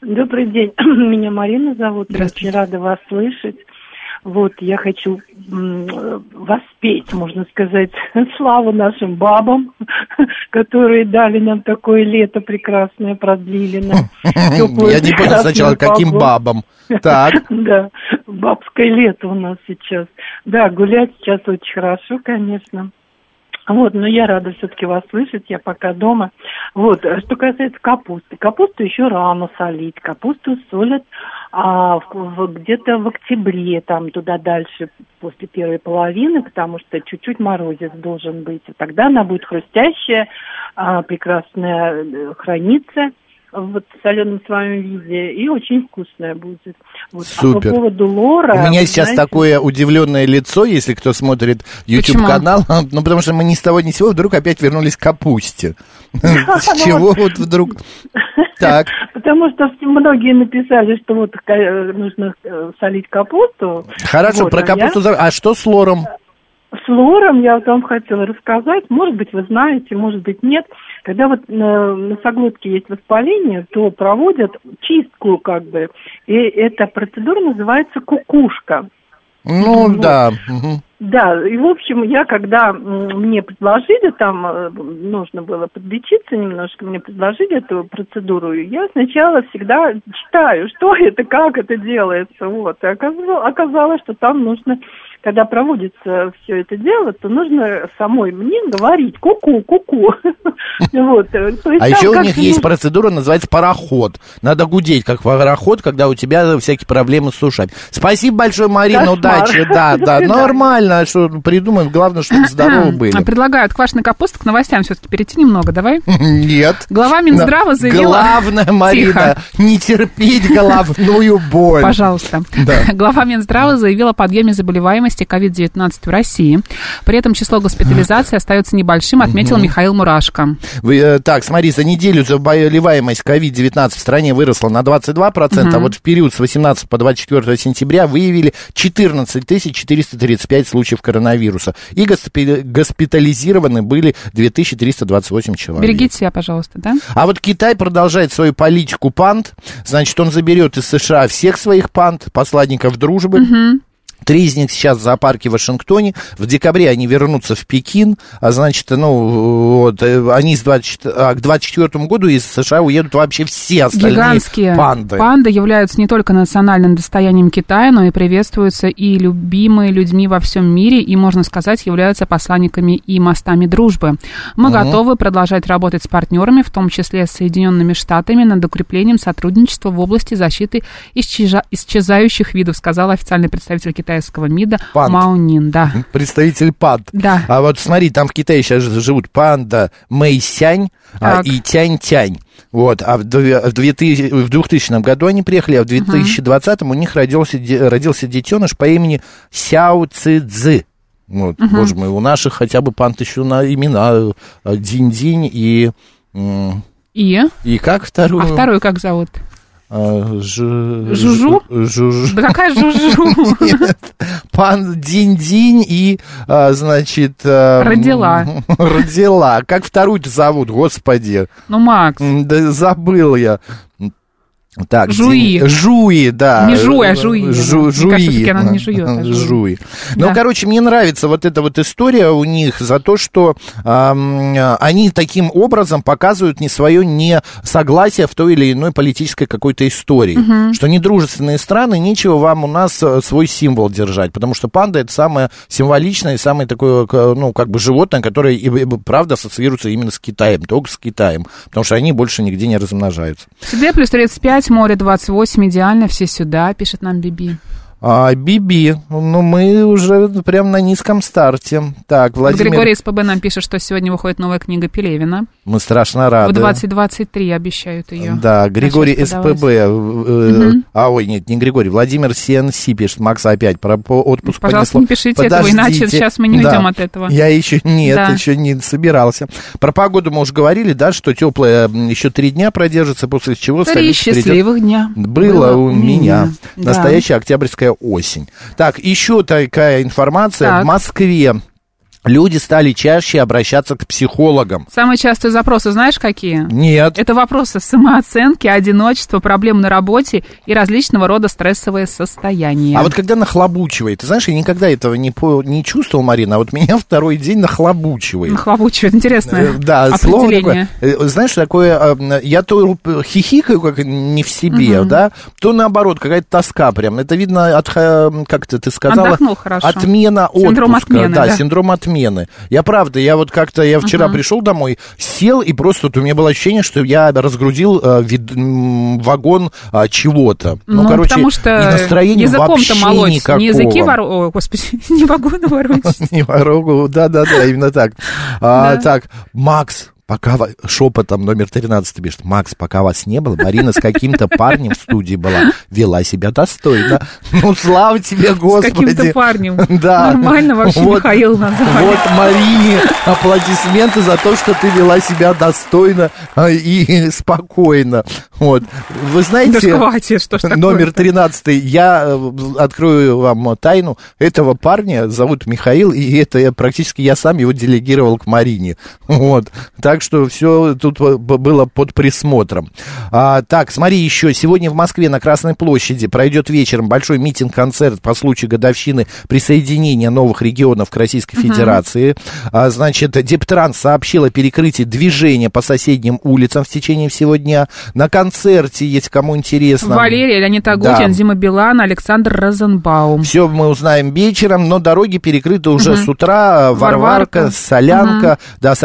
S5: Добрый день. Меня Марина зовут. Я
S2: Здравствуйте.
S5: очень рада вас слышать. Вот, я хочу м, э, воспеть, можно сказать, славу нашим бабам, которые дали нам такое лето прекрасное, продлили нам. теплую,
S1: Я не понял сначала,
S5: прекрасную
S1: каким
S5: погоду.
S1: бабам. Так.
S5: Да, бабское лето у нас сейчас. Да, гулять сейчас очень хорошо, конечно. Вот, но я рада все-таки вас слышать, я пока дома. Вот, а что касается капусты, капусту еще рано солить, капусту солят а, в- в- где-то в октябре, там туда дальше, после первой половины, потому что чуть-чуть морозец должен быть, и тогда она будет хрустящая, а, прекрасная, э, хранится вот в соленом своем виде и очень вкусная будет. Вот.
S1: Супер.
S5: А по поводу лора...
S1: У меня
S5: вы
S1: сейчас
S5: знаете,
S1: такое удивленное лицо, если кто смотрит YouTube канал, ну потому что мы ни с того ни с сего вдруг опять вернулись к капусте. С чего вот вдруг? Так,
S5: Потому что все- многие написали, что вот ка- э, нужно э, солить капусту.
S1: хорошо,
S5: Вот,
S1: про
S5: а
S1: капусту. за- А что с лором?
S5: я С лором я вот вам хотела рассказать. Может быть, вы знаете, может быть, нет. Когда вот э, на соглотке есть воспаление, то проводят чистку как бы. И эта процедура называется кукушка.
S1: Ну да. мгм.
S5: Да, и в общем, я когда м, мне предложили, там э, нужно было подлечиться немножко, мне предложили эту процедуру, и я сначала всегда читаю, что это, как это делается, вот. И оказал- оказалось, что там нужно, когда проводится все это дело, то нужно самой мне говорить ку-ку, ку-ку. Вот.
S1: А еще у них есть процедура, называется пароход. Надо гудеть, как пароход, когда у тебя всякие проблемы с ушами. Спасибо большое, Марина,
S5: Кошмар.
S1: удачи. Да,
S5: До
S1: да,
S5: свидания.
S1: нормально, а что придумаем. Главное, чтобы здоровы были.
S2: А, Предлагаю от квашеной капусты к новостям все-таки перейти немного, давай.
S1: Нет.
S2: Глава Минздрава
S1: Да.
S2: заявила...
S1: Главное,
S2: Тихо.
S1: Марина, не терпеть головную боль.
S2: Пожалуйста.
S1: Да.
S2: Глава Минздрава заявила о подъеме заболеваемости COVID-19 в России. При этом число госпитализаций остается небольшим, отметил Михаил Мурашко.
S1: Вы, э, так, смотри, за неделю заболеваемость COVID-19 в стране выросла на 22%, а вот в период с 18 по 24 сентября выявили 14 435 случаев коронавируса. И госпи- госпитализированы были 2328 человек.
S2: Берегите себя, пожалуйста, да?
S1: А вот Китай продолжает свою политику панд. Значит, он заберет из США всех своих панд, посланников дружбы. Три из них сейчас в зоопарке в Вашингтоне. В декабре они вернутся в Пекин. А значит, ну, вот, э, они с 24, а, к 24 году из США уедут вообще все остальные
S2: Гигантские
S1: панды.
S2: являются не только национальным достоянием Китая, но и приветствуются и любимые людьми во всем мире, и, можно сказать, являются посланниками и мостами дружбы. Мы готовы продолжать работать с партнерами, в том числе с Соединенными Штатами, над укреплением сотрудничества в области защиты исчеза- исчезающих видов, сказал официальный представитель китайского МИДа
S1: Панд.
S2: Маунин. Да.
S1: Представитель панд.
S2: Да.
S1: А вот смотри, там в Китае сейчас живут панда Мэйсянь а,
S2: Так.
S1: и Тянь-Тянь. Вот, а в, две- в, 2000, в 2000 году они приехали, а в 2020 у них родился, де- родился детеныш по имени Сяо Ци Цзы. Вот, боже мой, у наших хотя бы панд еще на имена э, Динь-Динь и... м,
S2: И?
S1: И как
S2: А
S1: вторую?
S2: вторую как зовут?
S1: А, жу-
S2: Жужу?
S1: жужу.
S2: Да какая жужу?
S1: Нет. Пан Динь-Динь и, а, значит... а,
S2: Родила.
S1: Родила. Как вторую-то зовут, господи.
S2: Ну, Макс,
S1: М, Да забыл я. Так,
S2: Жуи.
S1: Динь- Жуи, да.
S2: Не жуй, а жуи.
S1: Жу-
S2: Мне
S1: жуи.
S2: кажется, всё-таки она не жует, а жуи.
S1: Жуи. Ну,
S2: Да.
S1: короче, мне нравится вот эта вот история у них за то, что ам, они таким образом показывают не свое несогласие в той или иной политической какой-то истории. Что недружественные страны, нечего вам у нас э, свой символ держать, потому что панда это самое символичное и самое такое, к- ну, как бы животное, которое, и- и, правда, ассоциируется именно с Китаем, только с Китаем, потому что они больше нигде не размножаются.
S2: Сиде плюс 35, море 28, идеально, все сюда, пишет нам Биби.
S1: А, Биби, ну мы уже прям на низком старте. Так,
S2: Вот
S1: Владимир,
S2: Григорий СПБ нам пишет, что сегодня выходит новая книга Пелевина.
S1: мы страшно
S2: В
S1: рады.
S2: 2023 обещают ее.
S1: А, Да, Григорий
S2: Начать
S1: СПБ.
S2: подавать.
S1: э, э, А, ой, нет, не Григорий, Владимир СНС пишет, Макс опять про по- отпуск
S2: Ну, Пожалуйста,
S1: понесло.
S2: не пишите этого, иначе сейчас мы не
S1: Да.
S2: уйдем от этого.
S1: Я еще нет,
S2: Да.
S1: еще не собирался. Про погоду мы уже говорили, да, что теплая еще три дня продержится, после чего
S2: Три
S1: столица перейдет-
S2: счастливых дня.
S1: Было у меня.
S2: Да.
S1: Настоящая октябрьская осень. Так, еще такая информация.
S2: Так.
S1: В Москве люди стали чаще обращаться к психологам.
S2: Самые частые запросы знаешь какие?
S1: Нет.
S2: Это вопросы самооценки, одиночества, проблем на работе и различного рода стрессовые состояния.
S1: А вот когда нахлобучивает, ты знаешь, я никогда этого не, по- не чувствовал, Марина, а вот меня второй день нахлобучивает.
S2: Нахлобучивает. Интересное
S1: Э, Да, слово
S2: определение.
S1: такое. Э, Знаешь, такое, э, м, я то э, хихикаю, как не в себе, да, то наоборот, какая-то тоска прям. Это видно от, э, как ты, ты сказала,
S2: Отдохнул хорошо.
S1: отмена отпуска.
S2: Синдром отмены,
S1: да,
S2: да.
S1: синдром отмены. Я правда, я вот как-то, я вчера пришел домой, сел, и просто вот у меня было ощущение, что я разгрузил э, вид- м, вагон а, чего-то. Ну,
S2: Ну,
S1: короче,
S2: потому что
S1: и настроения
S2: языком-то
S1: вообще
S2: молоть,
S1: никакого.
S2: не языки воро... О, господи, не вагоны ворочать.
S1: Не порогу, да-да-да, именно так. А,
S2: Да.
S1: Так, Макс, пока ва- шепотом номер 13 пишет, Макс, пока вас не было, Марина с каким-то парнем в студии была, вела себя достойно. Ну, слава тебе,
S2: С
S1: Господи.
S2: каким-то парнем.
S1: Да.
S2: Нормально вообще
S1: Вот.
S2: Михаил назвали.
S1: Вот Марине аплодисменты за то, что ты вела себя достойно а, и спокойно. Вот. Вы
S2: Да
S1: знаете,
S2: хватит, что ж такое.
S1: номер 13, я э, открою вам тайну. Этого парня зовут Михаил, и это я практически я сам его делегировал к Марине. Вот. Так что все тут э, б- было под присмотром. А, так, смотри еще. Сегодня в Москве на Красной площади пройдет вечером большой митинг-концерт по случаю годовщины присоединения новых регионов к Российской Федерации. А, значит, Дептранс сообщил о перекрытии движения по соседним улицам в течение всего дня. На концерте, если кому интересно.
S2: Валерий, Леонид Агутин,
S1: Да.
S2: Дима Билан, Александр Розенбаум.
S1: Все мы узнаем вечером, но дороги перекрыты уже с утра. Э, Варварка,
S2: Варварка.
S1: Солянка, да, с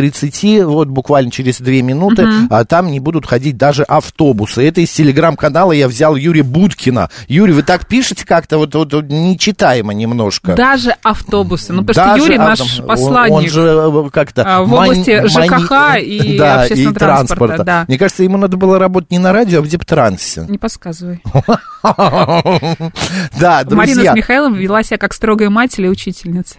S1: 11.30, вот буквально через 2 минуты, а там не будут ходить даже автобусы. Это из телеграм-канала я взял Юрия Будкина. Юрий, вы так пишете как-то, вот, вот, вот нечитаемо немножко.
S2: Даже автобусы. Ну, потому
S1: Даже
S2: что Юрий
S1: об-
S2: наш
S1: он-
S2: посланник.
S1: Он, же э, как-то...
S2: А, в
S1: мань-
S2: области ЖКХ и общественного транспорта, да.
S1: Мне кажется, ему надо было работать не на радио, а в Дептрансе.
S2: Не подсказывай.
S1: Да,
S2: Марина
S1: друзья.
S2: с Михаилом вела себя как строгая мать или учительница.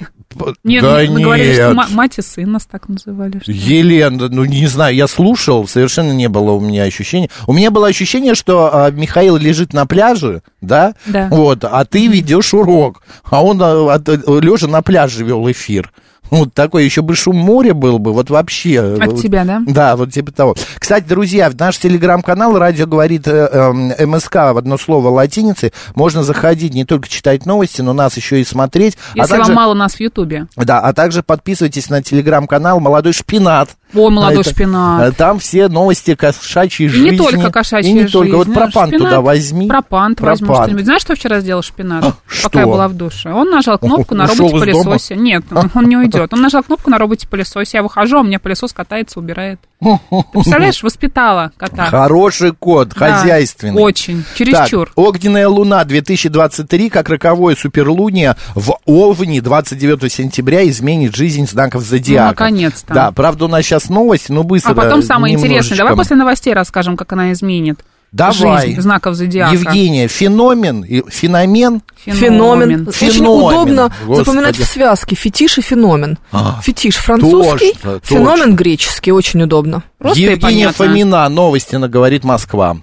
S2: Нет,
S1: Да
S2: ну, мы говорили, что
S1: нет.
S2: ма- мать и сын нас так называли. что-
S1: Елена, ну не знаю, я слушал, совершенно не было у меня ощущения. У меня было ощущение, что а, Михаил лежит на пляже, да?
S2: Да.
S1: Вот, а ты ведешь урок, а он лежа на пляже вел эфир. Вот такой еще бы шум моря был бы, вот вообще.
S2: От
S1: Вот.
S2: тебя, да?
S1: Да, вот типа того. Кстати, друзья, в наш телеграм-канал «Радио говорит э, эм, МСК» в одно слово латиницей. Можно заходить, не только читать новости, но нас еще и смотреть. а
S2: Если
S1: также...
S2: вам мало нас в Ютубе.
S1: Да, а также подписывайтесь на телеграм-канал «Молодой шпинат».
S2: О, молодой
S1: Это-
S2: шпинат.
S1: э, Там все новости кошачьей
S2: И
S1: жизни.
S2: не только кошачья
S1: И не
S2: жизнь.
S1: только. Вот
S2: а
S1: пропан
S2: шпинат.
S1: туда возьми.
S2: Пропан ты возьми
S1: Пропан. А,
S2: что-нибудь. Знаешь, что вчера сделал шпинат?
S1: что?
S2: Пока я была в душе. Он нажал кнопку на
S1: Ушел из
S2: роботе-пылесосе. Нет, он он не уйдет. Он нажал кнопку на роботе-пылесосе. Я выхожу, а у меня пылесос катается, убирает. Ты представляешь, воспитала кота.
S1: Хороший кот,
S2: Да,
S1: хозяйственный.
S2: Очень.
S1: Так,
S2: Чересчур.
S1: Огненная луна 2023, как роковое суперлуния в Овне 29 сентября изменит жизнь знаков зодиака.
S2: наконец-то.
S1: Да, правда, у нас сейчас новость, но быстро.
S2: А потом самое
S1: немножечко.
S2: интересное. Давай после новостей расскажем, как она изменит
S1: Давай.
S2: жизнь знаков зодиака.
S1: Евгения, феномен, и- феномен
S6: Феномен. Очень
S1: Феномен,
S6: удобно
S1: господи. А.
S6: запоминать в связке. Фетиш и феномен. Фетиш французский,
S1: Точно, точно.
S6: феномен греческий. Очень удобно.
S2: Просто и
S1: Евгения
S2: понятно.
S1: Фомина, новости на «Говорит Москва».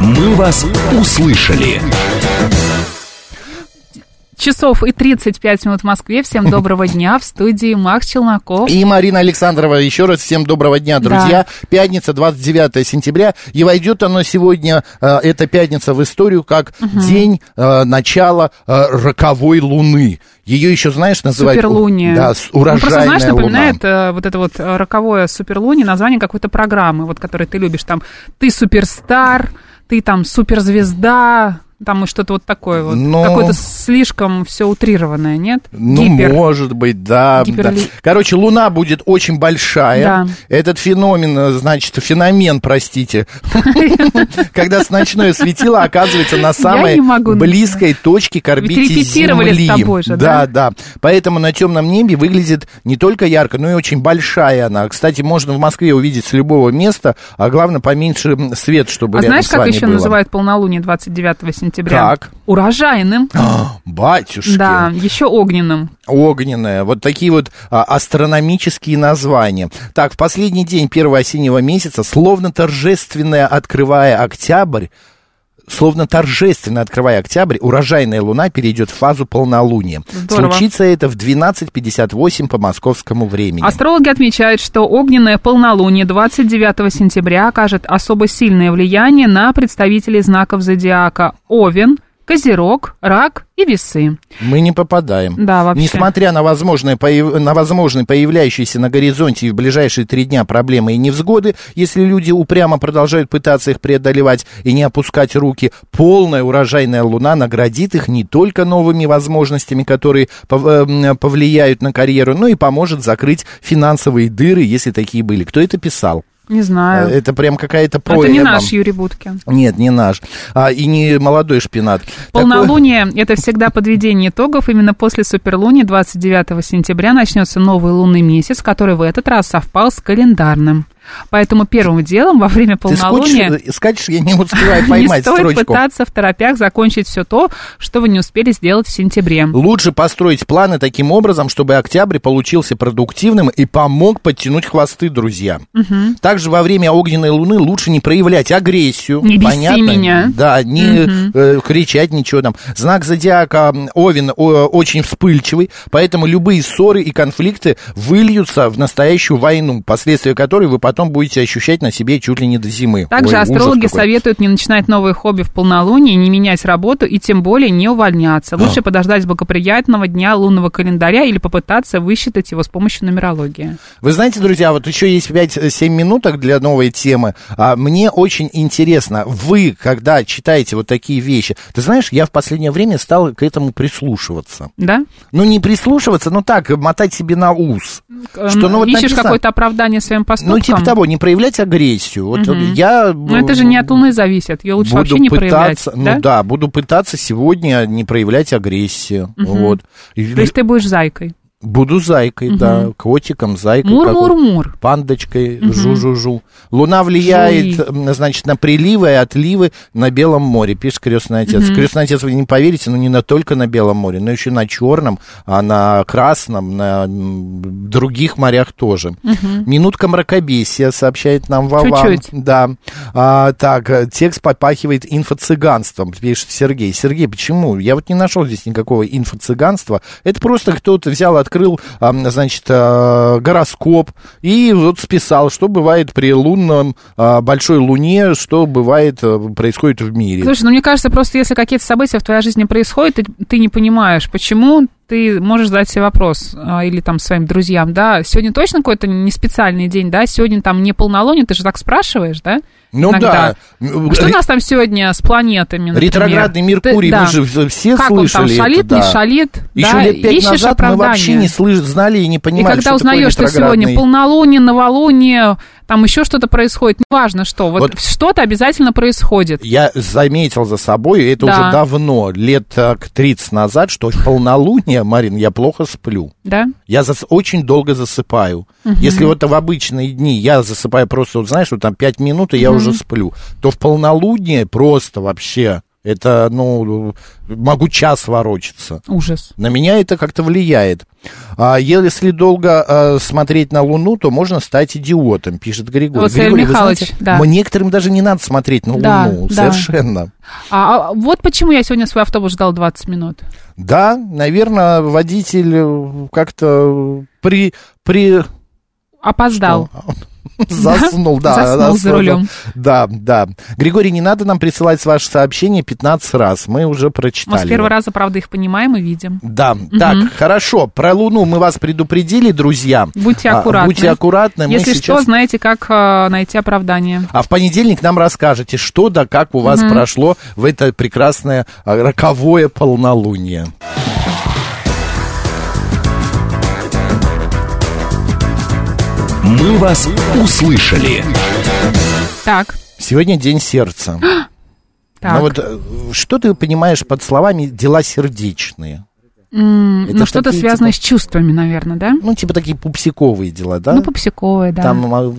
S3: «Мы вас услышали».
S2: Часов и 35 минут в Москве. Всем доброго дня. В студии Макс Челноков.
S1: И Марина Александрова, еще раз всем доброго дня, друзья. Пятница, 29 сентября. И войдет оно сегодня, э, эта пятница, в историю как день э, начала э, роковой луны. Ее еще, знаешь, называют...
S2: Суперлуния.
S1: Да, с-
S2: Ну,
S1: урожайная
S2: просто, знаешь,
S1: луна.
S2: напоминает э, вот это вот э, роковое суперлуния название какой-то программы, вот которой ты любишь. Там ты суперстар, ты там суперзвезда, там и что-то вот такое вот.
S1: Ну.
S2: Какое-то слишком все утрированное, нет?
S1: Ну,
S2: Гипер.
S1: может быть, да,
S2: Гиперли-
S1: да. Короче, Луна будет очень большая.
S2: Да.
S1: Этот феномен, э, значит, феномен, простите, когда с ночное светило оказывается на самой
S2: не могу, ну,
S1: близкой точке к орбите
S2: репетировали с
S1: Земли.
S2: тобой же,
S1: да?
S2: да?
S1: Да, Поэтому на темном небе выглядит не только ярко, но и очень большая она. Кстати, можно в Москве увидеть с любого места, а главное, поменьше м, свет, чтобы
S2: А
S1: рядом
S2: знаешь,
S1: с
S2: как
S1: вами
S2: еще
S1: было.
S2: называют полнолуние 29 сентября?
S1: Как?
S2: Урожайным.
S1: Батюшки.
S2: Да, еще огненным.
S1: Огненная. Вот такие вот а, астрономические названия. Так, в последний день первого осеннего месяца, словно торжественная, открывая октябрь, Словно торжественно открывая октябрь, урожайная луна перейдет в фазу полнолуния.
S2: Здорово.
S1: Случится это в 12.58 по московскому времени.
S2: Астрологи отмечают, что огненное полнолуние 29 сентября окажет особо сильное влияние на представителей знаков зодиака Овен, Козерог, Рак и Весы.
S1: Мы не попадаем.
S2: Да, вообще.
S1: Несмотря на, возможное, появ- на возможные появляющиеся на горизонте и в ближайшие три дня проблемы и невзгоды, если люди упрямо продолжают пытаться их преодолевать и не опускать руки, полная урожайная луна наградит их не только новыми возможностями, которые пов- эм, повлияют на карьеру, но и поможет закрыть финансовые дыры, если такие были. Кто это писал?
S2: Не
S1: Э,
S2: знаю.
S1: Это прям какая-то
S2: Но А. Это не
S1: проэма.
S2: наш Юрий Буткин.
S1: Нет, не наш. А, и не молодой шпинат. Такое-
S2: Полнолуние – это всегда подведение итогов. Именно после суперлуния 29 сентября начнется новый лунный месяц, который в этот раз совпал с календарным. Поэтому первым делом во время
S1: Ты
S2: полнолуния
S1: скотч- э, скачешь, я не успеваю
S2: не
S1: поймать
S2: стоит
S1: строчку.
S2: пытаться в торопях закончить все то, что вы не успели сделать в сентябре.
S1: Лучше построить планы таким образом, чтобы октябрь получился продуктивным и помог подтянуть хвосты, друзья. Также во время огненной луны лучше не проявлять агрессию.
S2: Не беси
S1: понятно?
S2: меня.
S1: Да, не э, кричать ничего там. Знак зодиака м, Овен э, очень вспыльчивый, поэтому любые ссоры и конфликты выльются в настоящую войну, последствия которой вы потом будете ощущать на себе чуть ли не до зимы.
S2: Также
S1: Ой, ужас
S2: астрологи
S1: какой.
S2: советуют не начинать новые хобби в полнолуние, не менять работу и тем более не
S1: А.
S2: увольняться. Лучше подождать благоприятного дня лунного календаря или попытаться высчитать его с помощью нумерологии.
S1: Вы знаете, друзья, вот еще есть 5-7 минуток для новой темы. А, мне очень интересно, вы, когда читаете вот такие вещи, ты знаешь, я в последнее время стал к этому прислушиваться.
S2: Да?
S1: Ну, не прислушиваться, но так, мотать себе на ус. Что, ну, вот
S2: Эм, Ищешь
S1: написано-
S2: какое-то оправдание своим поступкам?
S1: Ну, типа того, не проявлять агрессию. Вот я...
S2: Но Ну, это же не от Луны зависит. Ее лучше вообще не проявлять.
S1: пытаться, ну да, буду пытаться сегодня не проявлять агрессию, вот. И
S2: То есть ты будешь зайкой.
S1: Буду зайкой, да, котиком, зайкой. какой-
S2: Мур-мур-мур.
S1: пандочкой, жу-жу-жу. Луна влияет,
S2: Жуи.
S1: м, значит, на приливы и отливы на Белом море, пишет Крестный Отец. Крестный Отец, вы не поверите, но не на, только на Белом море, но еще на Черном, а на Красном, на м, других морях тоже. Минутка мракобесия, сообщает нам Вова.
S2: Чуть-чуть.
S1: Да. А, так, э, текст попахивает инфо-цыганством, пишет Сергей. Сергей, почему? Я вот не нашел здесь никакого инфо-цыганства. Это просто кто-то взял, открыл, а, м, значит, а, гороскоп и вот списал, что бывает при лунном, а, большой луне, что бывает, а, происходит в мире.
S2: Слушай, ну мне кажется, просто если какие-то события в твоей жизни происходят, ты, ты не понимаешь, почему ты можешь задать себе вопрос а, или там своим друзьям, да, сегодня точно какой-то не специальный день, да, сегодня там не полнолуние, ты же так спрашиваешь, да?
S1: ну
S2: иногда.
S1: да.
S2: А Что у нас там сегодня с планетами, например?
S1: Ретроградный
S2: Ты-
S1: Меркурий,
S2: да.
S1: мы же в- все
S2: Как
S1: слышали
S2: он там,
S1: это,
S2: шалит,
S1: да.
S2: не шалит?
S1: Еще
S2: да,
S1: лет пять
S2: ищешь
S1: назад мы
S2: оправдание.
S1: вообще не слыш- знали и не
S2: И
S1: понимали,
S2: когда
S1: что такое
S2: узнаешь, что сегодня
S1: ретроградный.
S2: полнолуние, новолуние, там еще что-то происходит, неважно что, вот,
S1: Вот.
S2: что-то обязательно происходит.
S1: Я заметил за собой, и это
S2: Да.
S1: уже давно, лет так, 30 назад, что в полнолуние, Марин, я плохо сплю.
S2: Да?
S1: Я зас- очень долго засыпаю. Если вот в обычные дни я засыпаю просто, вот знаешь, вот там 5 минут, и я уже сплю, то в полнолуние просто вообще Это, ну, могу час ворочаться.
S2: Ужас.
S1: На меня это как-то влияет. А если долго э, смотреть на Луну, то можно стать идиотом, пишет Григорий.
S2: Вот, Сергей
S1: Григорий, вы
S2: Михайлович,
S1: знаете,
S2: да.
S1: м- некоторым даже не надо смотреть на
S2: Да,
S1: Луну.
S2: да.
S1: Совершенно.
S2: А, а вот почему я сегодня свой автобус ждал 20 минут.
S1: Да, наверное, водитель э, как-то при... при...
S2: Опоздал.
S1: Заснул, да.
S2: Заснул за
S1: заснул.
S2: рулем.
S1: Да, да. Григорий, не надо нам присылать ваши сообщения 15 раз. Мы уже
S2: Мы
S1: прочитали.
S2: с первого раза, правда, их понимаем и видим.
S1: Да, так, хорошо. Про Луну мы вас предупредили, друзья.
S2: Будьте
S1: А,
S2: аккуратны.
S1: Будьте аккуратны. мы
S2: Если
S1: сейчас-
S2: что, знаете, как э, найти оправдание.
S1: А в понедельник нам расскажете, что да как у вас прошло в это прекрасное а, роковое полнолуние.
S3: «Мы вас услышали».
S2: Так,
S1: Сегодня день сердца.
S2: так.
S1: Ну вот э, что ты понимаешь под словами дела сердечные?
S2: М,
S1: это
S2: ну, что-то
S1: такие,
S2: связанное
S1: типа-
S2: с чувствами, наверное, да?
S1: Ну, типа такие пупсиковые дела, да?
S2: Ну, попсиковое, да.
S1: Там а, в-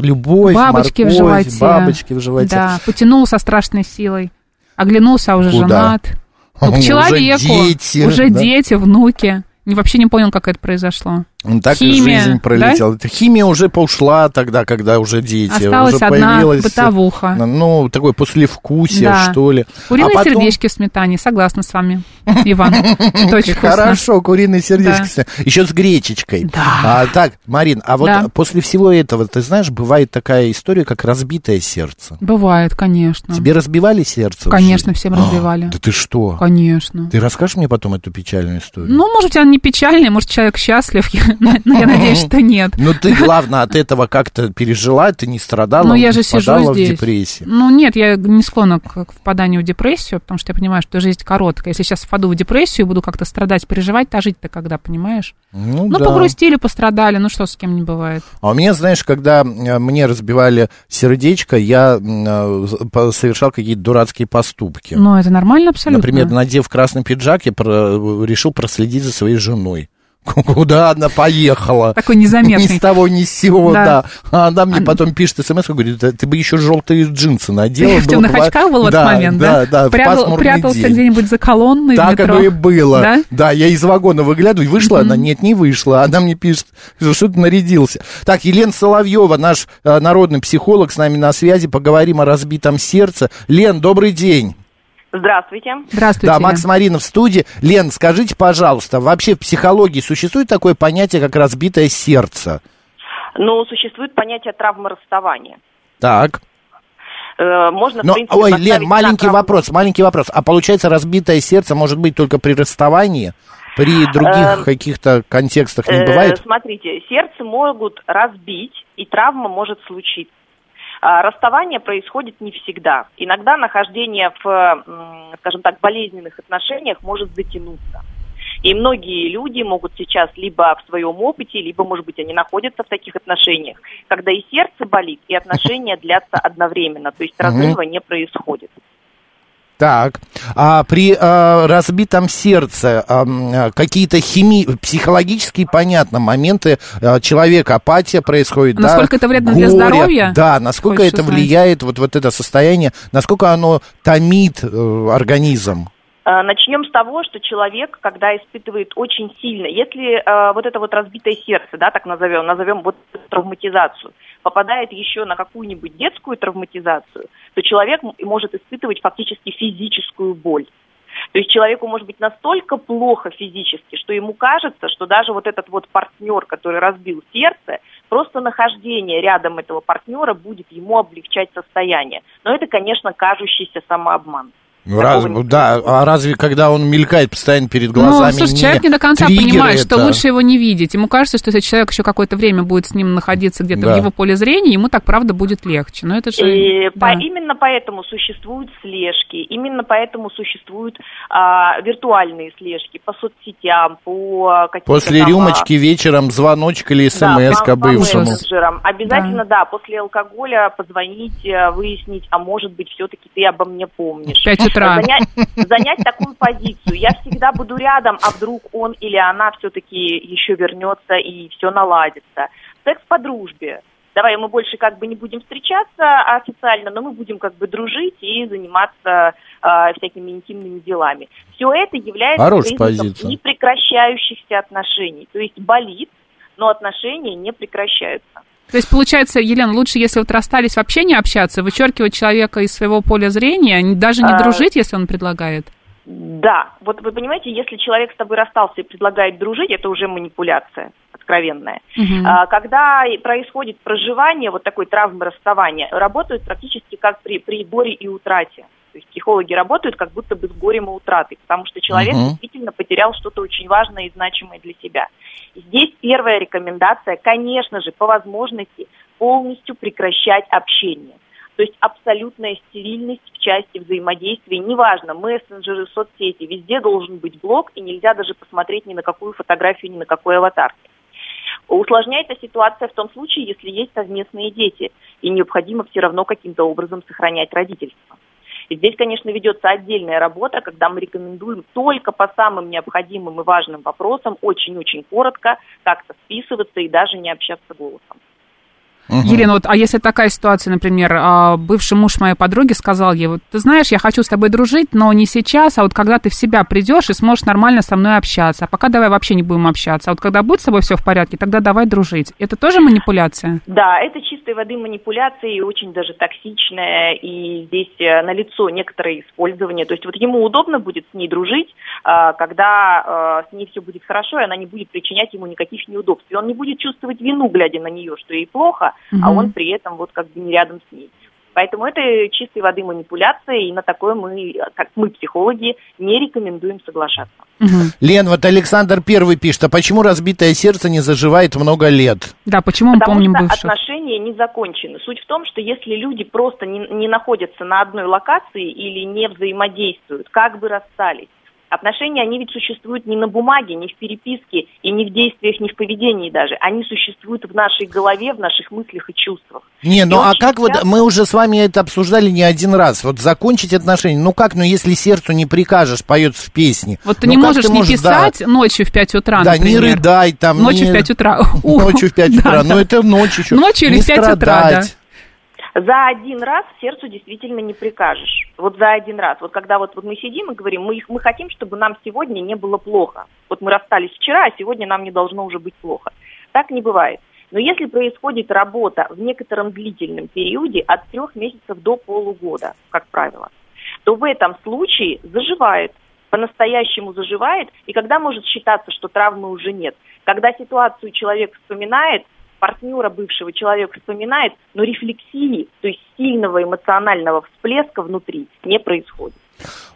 S1: в- любовь,
S2: бабочки в
S1: морковь,
S2: животе.
S1: бабочки в животе.
S2: Да, потянул со страшной силой. Оглянулся, а уже
S1: Куда?
S2: женат. Ну, к
S1: Уже
S2: человеку.
S1: дети,
S2: Уже
S1: да.
S2: дети, внуки. Не, вообще не понял, как это произошло.
S1: Ну, Так и
S2: Химия,
S1: жизнь
S2: да?
S1: пролетела. Это Химия уже поушла тогда, когда уже дети.
S2: Осталась
S1: уже
S2: одна
S1: появилась,
S2: бытовуха.
S1: Ну, такое послевкусие,
S2: Да.
S1: что ли.
S2: Куриные
S1: а потом-
S2: сердечки в сметане, согласна с вами, Иван. Это очень вкусно.
S1: Хорошо, куриные сердечки. Еще с гречечкой. А, так, Марин, а вот
S2: Да.
S1: после всего этого, ты знаешь, бывает такая история, как разбитое сердце.
S2: Бывает, конечно.
S1: Тебе разбивали сердце? в
S2: Конечно,
S1: жизни?
S2: всем разбивали.
S1: Да ты что?
S2: Конечно.
S1: Ты расскажешь мне потом эту печальную историю?
S2: Ну, может быть, она не печальная, может, человек счастлив, но я надеюсь, что нет.
S1: Ну, ты, главное, от этого как-то пережила, ты не страдала,
S2: Ну, я
S1: не
S2: же сижу
S1: впадала
S2: здесь.
S1: в депрессию.
S2: Ну, нет, я не склонна к к впаданию в депрессию, потому что я понимаю, что жизнь короткая. Если сейчас впаду в депрессию и буду как-то страдать, переживать, то жить-то когда, понимаешь?
S1: Ну,
S2: Ну,
S1: да.
S2: погрустили, пострадали, ну что с кем не бывает.
S1: А у меня, знаешь, когда э, мне разбивали сердечко, я м, э, з- по- совершал какие-то дурацкие поступки.
S2: Ну, это нормально абсолютно.
S1: Например, надев красный пиджак, я про- решил проследить за своей женой. Ку- Куда она поехала?
S2: Такой
S1: Ни
S2: незаметный.
S1: с того, ни с сего, да.
S2: Да.
S1: А она мне потом пишет смс, говорит, «Да ты бы еще желтые джинсы надела.
S2: в
S1: было
S2: темных
S1: бы ва-
S2: очках был в этот момент, да?
S1: Да, да, в
S2: Прятал-
S1: пасмурный
S2: прятался
S1: день.
S2: где-нибудь за колонной в
S1: Так
S2: метро.
S1: оно и было.
S2: Да?
S1: я из вагона выглядываю. Вышла она? Нет, не вышла. Она мне пишет, что что ты нарядился. Так, Елена Соловьева, наш э, народный психолог, с нами на связи. Поговорим о разбитом сердце. Лен, добрый день.
S5: Здравствуйте.
S2: Здравствуйте.
S1: Да, Макс Маринов в студии. Лен, скажите, пожалуйста, вообще в психологии существует такое понятие, как разбитое сердце?
S5: Но Ну, существует понятие травмы расставания.
S1: Так.
S5: Э, Можно,
S1: Но,
S5: в принципе,
S1: ой,
S5: поставить
S1: Лен,
S5: на
S1: маленький
S5: травму.
S1: вопрос, маленький вопрос. А получается, разбитое сердце может быть только при расставании? При других
S5: Эм,
S1: каких-то контекстах не
S5: Э,
S1: бывает?
S5: Смотрите, сердце могут разбить, и травма может случиться. А, Расставание происходит не всегда. Иногда нахождение в, м, скажем так, болезненных отношениях может затянуться. И многие люди могут сейчас либо в своем опыте, либо, может быть, они находятся в таких отношениях, когда и сердце болит, и отношения длятся одновременно, то есть
S1: Мгм.
S5: разрыва не происходит.
S1: Так, а при э, разбитом сердце а, м, а, какие-то хими... психологические, понятно, моменты э, человека, апатия происходит,
S2: А
S1: да?
S2: насколько это вредно для
S1: горе,
S2: здоровья?
S1: Да, насколько
S2: Хочешь
S1: это
S2: узнать?
S1: влияет, вот, вот это состояние, насколько оно томит э, организм?
S5: Э, Начнем с того, что человек, когда испытывает очень сильно, если э, вот это вот разбитое сердце, да, так назовем, назовем вот эту травматизацию, попадает еще на какую-нибудь детскую травматизацию, то человек м- может испытывать фактически физическую боль. То есть человеку может быть настолько плохо физически, что ему кажется, что даже вот этот вот партнер, который разбил сердце, просто нахождение рядом этого партнера будет ему облегчать состояние. Но это, конечно, кажущийся самообман.
S1: Ну, раз-
S5: Такого не
S1: да, а разве когда он мелькает постоянно перед глазами?
S2: Ну, слушай,
S1: не
S2: человек не до конца
S1: триггер
S2: понимает, что
S1: это?
S2: лучше его не видеть. Ему кажется, что если человек еще какое-то время будет с ним находиться где-то
S1: Да.
S2: в его поле зрения, ему так правда будет легче. Но это же...
S5: И
S2: да.
S5: по- именно поэтому существуют слежки, именно поэтому существуют а, виртуальные слежки по соцсетям, по а, каким-то
S1: После
S5: там, а,
S1: рюмочки вечером звоночек или
S5: да,
S1: смс
S5: по-
S1: к
S5: по
S1: бывшему.
S5: менеджерам. Обязательно, да. после алкоголя позвонить, э, выяснить, а может быть, все-таки ты обо мне помнишь.
S2: В пять утра.
S5: Занять, занять такую позицию. Я всегда буду рядом, а вдруг он или она все-таки еще вернется и все наладится. Секс по дружбе. давай мы больше как бы не будем встречаться официально, но мы будем как бы дружить и заниматься э, всякими интимными делами. Все это является
S1: Хорошая
S5: признаком
S1: позиция.
S5: непрекращающихся отношений. То есть болит, но отношения не прекращаются.
S2: То есть, получается, Елена, лучше, если вот расстались, вообще не общаться, вычеркивать человека из своего поля зрения, не- даже не
S5: А.
S2: дружить, если он предлагает?
S5: Да, вот вы понимаете, если человек с тобой расстался и предлагает дружить, это уже манипуляция откровенная. А, Когда и происходит проживание вот такой травмы расставания, работают практически как при, при горе и утрате. То есть психологи работают как будто бы с горем и утратой, потому что человек
S7: Мгм.
S5: действительно потерял что-то очень важное и значимое для себя. И Здесь первая рекомендация, конечно же, по возможности полностью прекращать общение. То есть абсолютная стерильность в части взаимодействия. Неважно, мессенджеры, соцсети, везде должен быть блок, и нельзя даже посмотреть ни на какую фотографию, ни на какой аватар. Усложняется ситуация в том случае, если есть совместные дети, и необходимо все равно каким-то образом сохранять родительство. И здесь, конечно, ведется отдельная работа, когда мы рекомендуем только по самым необходимым и важным вопросам очень-очень коротко как-то списываться и даже не общаться голосом.
S2: Елена, вот, а если такая ситуация, например, а, бывший муж моей подруги сказал ей, вот, ты знаешь, я хочу с тобой дружить, но не сейчас, а вот когда ты в себя придешь и сможешь нормально со мной общаться, а пока давай вообще не будем общаться, а вот когда будет с тобой все в порядке, тогда давай дружить. Это тоже манипуляция?
S5: Да, это чистой воды манипуляция и очень даже токсичная, и здесь на лицо некоторое использование. То есть вот ему удобно будет с ней дружить, а, когда а, с ней все будет хорошо, и она не будет причинять ему никаких неудобств. И он не будет чувствовать вину, глядя на нее, что ей плохо, а
S7: Мгм.
S5: он при этом вот как бы не рядом с ней. Поэтому это чистой воды манипуляция, и на такое мы, как мы, психологи, не рекомендуем соглашаться.
S1: Лен, вот Александр Первый пишет, а почему разбитое сердце не заживает много лет?
S2: Да, почему мы
S5: Потому
S2: Ну, помним
S5: что
S2: бывших?
S5: отношения не закончены. Суть в том, что если люди просто не, не находятся на одной локации или не взаимодействуют, как бы расстались, отношения, они ведь существуют не на бумаге, не в переписке, и не в действиях, не в поведении даже. Они существуют в нашей голове, в наших мыслях и чувствах.
S1: Не, ну
S5: И
S1: а
S5: очень
S1: как вот,
S5: часто-
S1: мы уже с вами это обсуждали не один раз, вот закончить отношения, ну как, ну если сердцу не прикажешь, поется в песне.
S2: Вот ты
S1: Ну
S2: не
S1: как
S2: можешь не
S1: да,
S2: писать ночью в 5 утра,
S1: Да,
S2: например.
S1: не рыдай там.
S2: Ночью
S1: не-
S2: в 5 утра.
S1: Ночью в 5
S2: Да,
S1: утра,
S2: да.
S1: ну это ночью еще.
S2: Ночью или
S1: Не
S2: в 5 утра, да.
S1: страдать.
S5: За один раз сердцу действительно не прикажешь. Вот за один раз. Вот когда вот, вот мы сидим и говорим, мы, их- мы хотим, чтобы нам сегодня не было плохо. Вот мы расстались вчера, а сегодня нам не должно уже быть плохо. Так не бывает. Но если происходит работа в некотором длительном периоде от трех месяцев до полугода, как правило, то в этом случае заживает, по-настоящему заживает, и когда может считаться, что травмы уже нет. Когда ситуацию человек вспоминает, партнера бывшего человек вспоминает, но рефлексии, то есть сильного эмоционального всплеска внутри не происходит.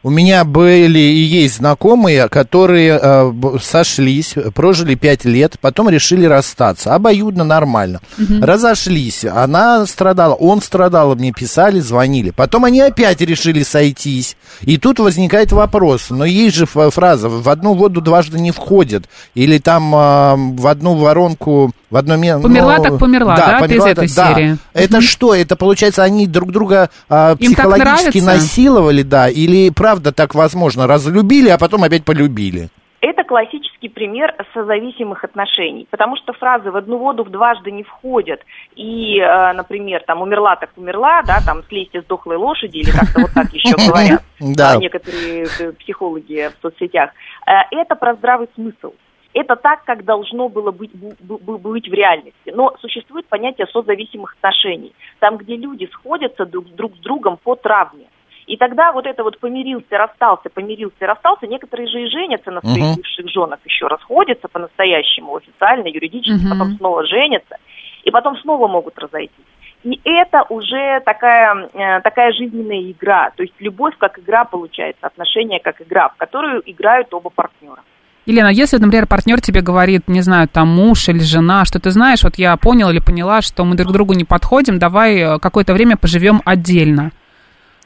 S1: У меня были и есть знакомые, которые э, б- сошлись, прожили пять лет, потом решили расстаться. Обоюдно, нормально.
S8: Мгм.
S1: Разошлись. Она страдала, он страдал, мне писали, звонили. Потом они опять решили сойтись. И тут возникает вопрос. Но есть же ф- фраза «в одну воду дважды не входит». Или там э, «в одну воронку, в одно место».
S2: Померла так померла, да? Ты из
S1: померла
S2: этой
S1: так- да.
S2: серии.
S1: Это что? Это получается, они друг друга э,
S2: Им так
S1: психологически
S2: нравится?
S1: насиловали, да, или правда так возможно, разлюбили, а потом опять полюбили.
S5: Это классический пример созависимых отношений, потому что фразы «в одну воду в дважды не входят» и, э, например, там «умерла так умерла», да, там «слезть из дохлой лошади» или как-то вот так еще говорят.
S1: Да.
S5: а, некоторые э, психологи в соцсетях. Э, Это про здравый смысл. Это так, как должно было быть, бу- бу- бу- быть в реальности. Но существует понятие созависимых отношений, там, где люди сходятся друг, друг с другом по травме. И тогда вот это вот помирился, расстался, помирился, расстался. Некоторые же и женятся на своих
S7: Мгм.
S5: бывших женах, еще расходятся по-настоящему, официально, юридически,
S7: Мгм.
S5: потом снова женятся, и потом снова могут разойтись. И это уже такая, э, такая жизненная игра. То есть любовь как игра получается, отношения как игра, в которую играют оба партнера.
S2: Елена, если, например, партнер тебе говорит, не знаю, там муж или жена, что ты знаешь, вот я понял или поняла, что мы друг другу не подходим, давай э, какое-то время поживем отдельно.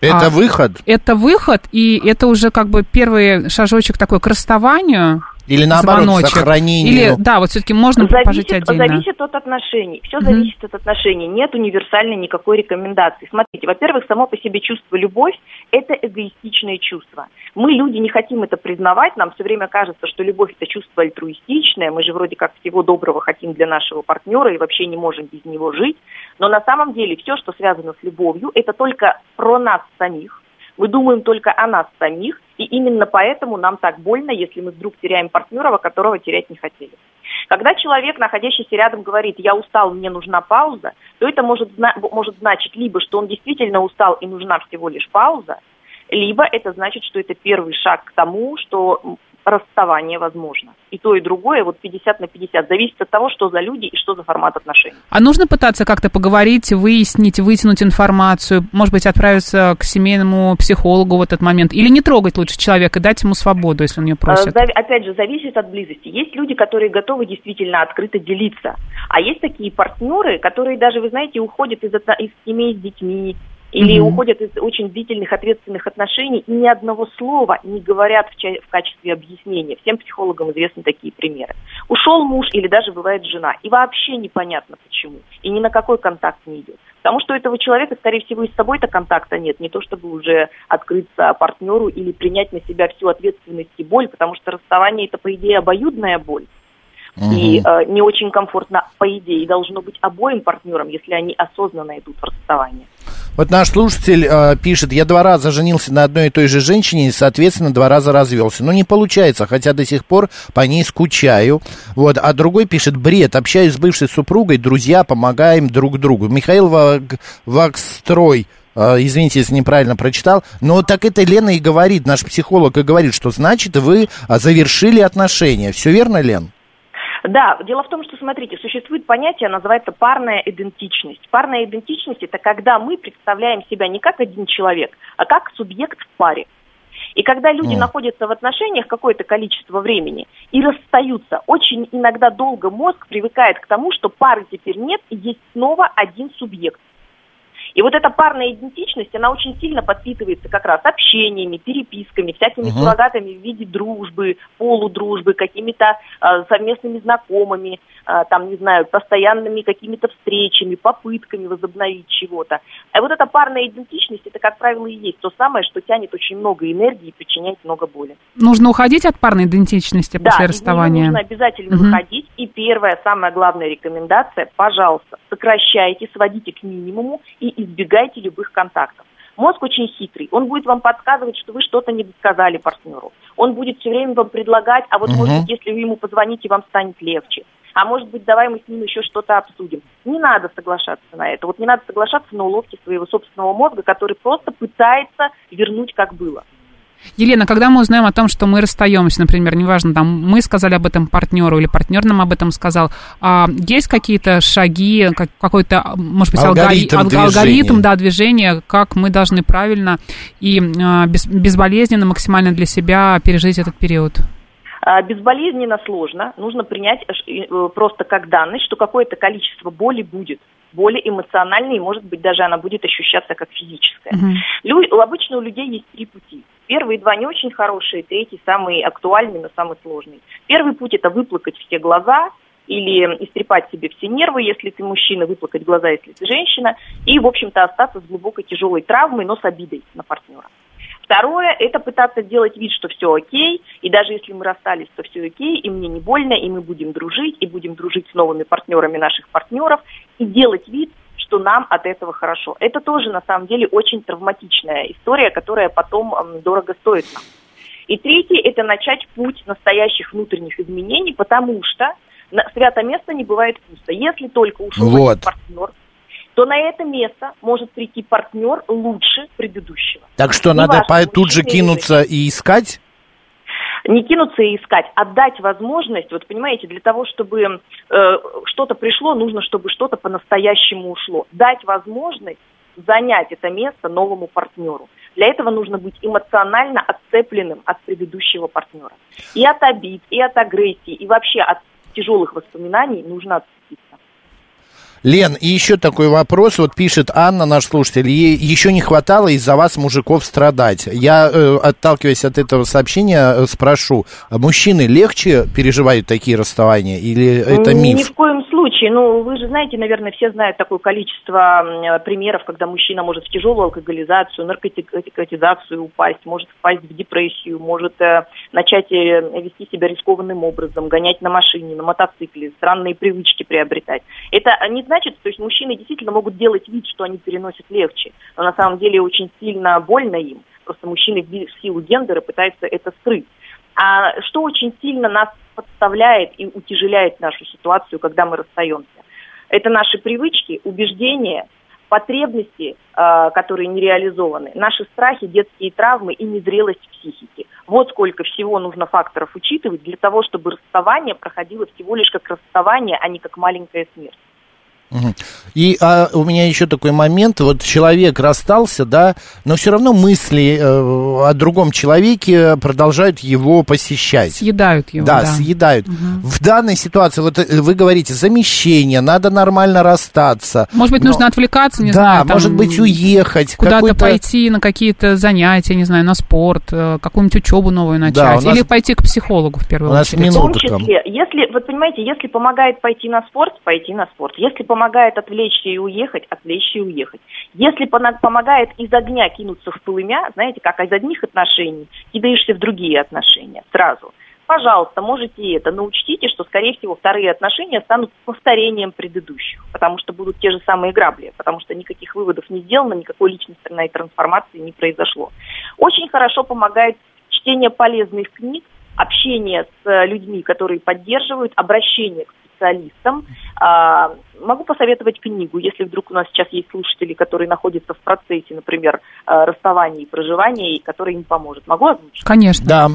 S1: Это
S2: А,
S1: выход.
S2: Это выход, и это уже как бы первый шажочек такой к расставанию.
S1: Или наоборот,
S2: звоночек.
S1: сохранению.
S2: Или, да, вот все-таки можно пожить
S5: Зависит,
S2: отдельно.
S5: зависит от отношений. Все
S2: Мгм.
S5: зависит от отношений. Нет универсальной никакой рекомендации. Смотрите, во-первых, само по себе чувство любовь – это эгоистичное чувство. Мы, люди, не хотим это признавать. Нам все время кажется, что любовь – это чувство альтруистичное. Мы же вроде как всего доброго хотим для нашего партнера и вообще не можем без него жить. Но на самом деле все, что связано с любовью, это только про нас самих. Мы думаем только о нас самих, и именно поэтому нам так больно, если мы вдруг теряем партнера, которого терять не хотели. Когда человек, находящийся рядом, говорит «я устал, мне нужна пауза», то это может, зна- может значить либо, что он действительно устал и нужна всего лишь пауза, либо это значит, что это первый шаг к тому, что м, расставание возможно. И то, и другое, вот 50 на 50, зависит от того, что за люди и что за формат отношений. Э,
S2: А нужно пытаться как-то поговорить, выяснить, вытянуть информацию, может быть, отправиться к семейному психологу в этот момент? Или не трогать лучше человека, дать ему свободу, если он ее
S5: Э,
S2: просит?
S5: зави- Опять же, зависит от близости. Есть люди, которые готовы действительно открыто делиться. А есть такие партнеры, которые даже, вы знаете, уходят из, отно- из семей с детьми или
S7: Мгм.
S5: уходят из очень длительных ответственных отношений и ни одного слова не говорят в, ча- в качестве объяснения. Всем психологам известны такие примеры. Ушел муж или даже бывает жена, и вообще непонятно почему, и ни на какой контакт не идет. Потому что у этого человека, скорее всего, и с собой-то контакта нет, не то чтобы уже открыться партнеру или принять на себя всю ответственность и боль, потому что расставание это, по идее, обоюдная боль. И э, не очень комфортно, по идее, должно быть обоим партнерам, если они осознанно идут в расставание.
S1: Вот наш слушатель э, пишет, я два раза женился на одной и той же женщине и, соответственно, два раза развелся. Но не получается, хотя до сих пор по ней скучаю. Вот. А другой пишет, бред, общаюсь с бывшей супругой, друзья, помогаем друг другу. Михаил Ваг- Вагстрой, э, извините, если неправильно прочитал, но так это Лена и говорит, наш психолог и говорит, что значит вы а, завершили отношения. Все верно, Лен?
S5: Да, дело в том, что, смотрите, существует понятие, называется парная идентичность. Парная идентичность – это когда мы представляем себя не как один человек, а как субъект в паре. И когда люди находятся в отношениях какое-то количество времени и расстаются, очень иногда долго мозг привыкает к тому, что пары теперь нет, и есть снова один субъект. И вот эта парная идентичность, она очень сильно подпитывается как раз общениями, переписками, всякими
S7: Мгм.
S5: суррогатами в виде дружбы, полудружбы, какими-то э, совместными знакомыми, э, там, не знаю, постоянными какими-то встречами, попытками возобновить чего-то. А вот эта парная идентичность, это, как правило, и есть то самое, что тянет очень много энергии и причиняет много боли.
S2: Нужно уходить от парной идентичности
S5: Да,
S2: после
S5: из нее
S2: расставания.
S5: нужно обязательно
S2: Мгм.
S5: выходить. И первая, самая главная рекомендация, пожалуйста, сокращайте, сводите к минимуму и избегайте любых контактов. Мозг очень хитрый, он будет вам подсказывать, что вы что-то не досказали партнеру. Он будет все время вам предлагать, а вот
S7: Мгм.
S5: может быть, если вы ему позвоните, вам станет легче. А может быть, давай мы с ним еще что-то обсудим. Не надо соглашаться на это. Вот не надо соглашаться на уловки своего собственного мозга, который просто пытается вернуть, как было.
S2: Елена, когда мы узнаем о том, что мы расстаемся, например, неважно, там мы сказали об этом партнеру или партнер нам об этом сказал, а есть какие-то шаги, как- какой-то, а, может быть, алгори-
S1: Алгоритм
S2: алг-
S1: движения.
S2: алгоритм, да, движения, как мы должны правильно и а, без- безболезненно максимально для себя пережить этот период?
S5: А, Безболезненно сложно. Нужно принять э, ш- и, э, просто как данность, что какое-то количество боли будет. Боли эмоциональной, и, может быть, даже она будет ощущаться как физическая. Лю- у- обычно у людей есть три пути. Первые два не очень хорошие, третий самый актуальный, но самый сложный. Первый путь – это выплакать все глаза или истрепать себе все нервы, если ты мужчина, выплакать глаза, если ты женщина, и, в общем-то, остаться с глубокой тяжелой травмой, но с обидой на партнера. Второе – это пытаться делать вид, что все окей, и даже если мы расстались, то все окей, и мне не больно, и мы будем дружить, и будем дружить с новыми партнерами наших партнеров, и делать вид, что нам от этого хорошо. Это тоже, на самом деле, очень травматичная история, которая потом эм, дорого стоит нам. И третье – это начать путь настоящих внутренних изменений, потому что на- свято место не бывает пусто. Если только ушел
S1: Вот.
S5: один партнер, то на это место может прийти партнер лучше предыдущего.
S1: Так что
S5: Не
S1: надо
S5: важно,
S1: по- тут
S5: мужчина
S1: же
S5: или
S1: кинуться и искать?
S5: не кинуться и искать, отдать возможность, вот понимаете, для того, чтобы э, что-то пришло, нужно, чтобы что-то по-настоящему ушло. Дать возможность занять это место новому партнеру. Для этого нужно быть эмоционально отцепленным от предыдущего партнера. И от обид, и от агрессии, и вообще от тяжелых воспоминаний нужно отцепиться.
S1: Лен, и еще такой вопрос. Вот пишет Анна, наш слушатель, ей еще не хватало из-за вас, мужиков, страдать. Я, э, отталкиваясь от этого сообщения, э, спрошу, а мужчины легче переживают такие расставания или Э, это
S5: Ни-
S1: миф?
S5: Ни в коем случае. Ну, вы же знаете, наверное, все знают такое количество м, э, примеров, когда мужчина может в тяжелую алкоголизацию, наркотизацию упасть, может впасть в депрессию, может э, начать э, вести себя рискованным образом, гонять на машине, на мотоцикле, странные привычки приобретать. Это не значит, то есть мужчины действительно могут делать вид, что они переносят легче, но на самом деле очень сильно больно им. Просто мужчины в ви- в силу гендера пытаются это скрыть. А что очень сильно нас подставляет и утяжеляет нашу ситуацию, когда мы расстаемся? Это наши привычки, убеждения, потребности, э, которые не реализованы, наши страхи, детские травмы и незрелость психики. Вот сколько всего нужно факторов учитывать для того, чтобы расставание проходило всего лишь как расставание, а не как маленькая смерть.
S1: Мгм. И а, у меня еще такой момент, вот человек расстался, да, но все равно мысли э, о другом человеке продолжают его посещать.
S2: Съедают его, да.
S1: съедают. В данной ситуации, вот э, вы говорите, замещение, надо нормально расстаться.
S2: Может быть,
S1: Но-
S2: нужно отвлекаться, не
S1: да,
S2: знаю. там,
S1: может быть, уехать.
S2: Куда-то
S1: какой-то-
S2: пойти на какие-то занятия, не знаю, на спорт, э, какую-нибудь учебу новую начать.
S1: у нас-
S2: Или пойти к психологу в первую
S1: у нас
S2: очередь.
S1: минут-
S5: В том
S1: Минутка.
S5: числе, если, вот понимаете, если помогает пойти на спорт, пойти на спорт. Если помогает отвлечься и уехать, отвлечься и уехать. Если пона- помогает из огня кинуться в полымя, знаете, как из одних отношений кидаешься в другие отношения сразу. Пожалуйста, можете и это, но учтите, что, скорее всего, вторые отношения станут повторением предыдущих, потому что будут те же самые грабли, потому что никаких выводов не сделано, никакой личностной трансформации не произошло. Очень хорошо помогает чтение полезных книг, общение с э, людьми, которые поддерживают, обращение к специалистам. А, Могу посоветовать книгу, если вдруг у нас сейчас есть слушатели, которые находятся в процессе, например, э, расставания и проживания, и которая им поможет. Могу озвучить?
S2: Конечно.
S1: Да.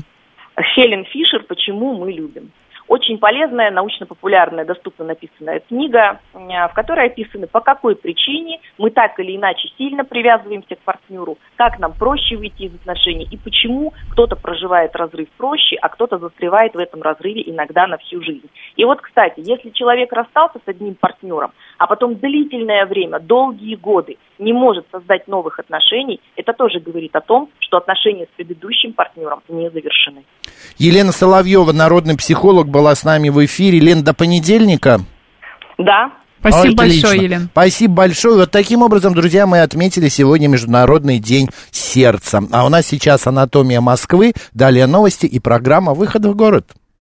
S5: Хелен Фишер «Почему мы любим». Очень полезная, научно-популярная, доступно написанная книга, э, в которой описаны, по какой причине мы так или иначе сильно привязываемся к партнеру, как нам проще выйти из отношений и почему кто-то проживает разрыв проще, а кто-то застревает в этом разрыве иногда на всю жизнь. И вот, кстати, если человек расстался с одним партнером, а потом длительное время, долгие годы не может создать новых отношений, это тоже говорит о том, что отношения с предыдущим партнером не завершены.
S1: Елена Соловьева, народный психолог, была с нами в эфире. Лен, до понедельника.
S5: Да,
S2: Спасибо
S1: Отлично.
S2: большое, Елена.
S1: Спасибо большое. Вот таким образом, друзья, мы отметили сегодня Международный день сердца. А у нас сейчас анатомия Москвы, далее новости и программа «Выход в город».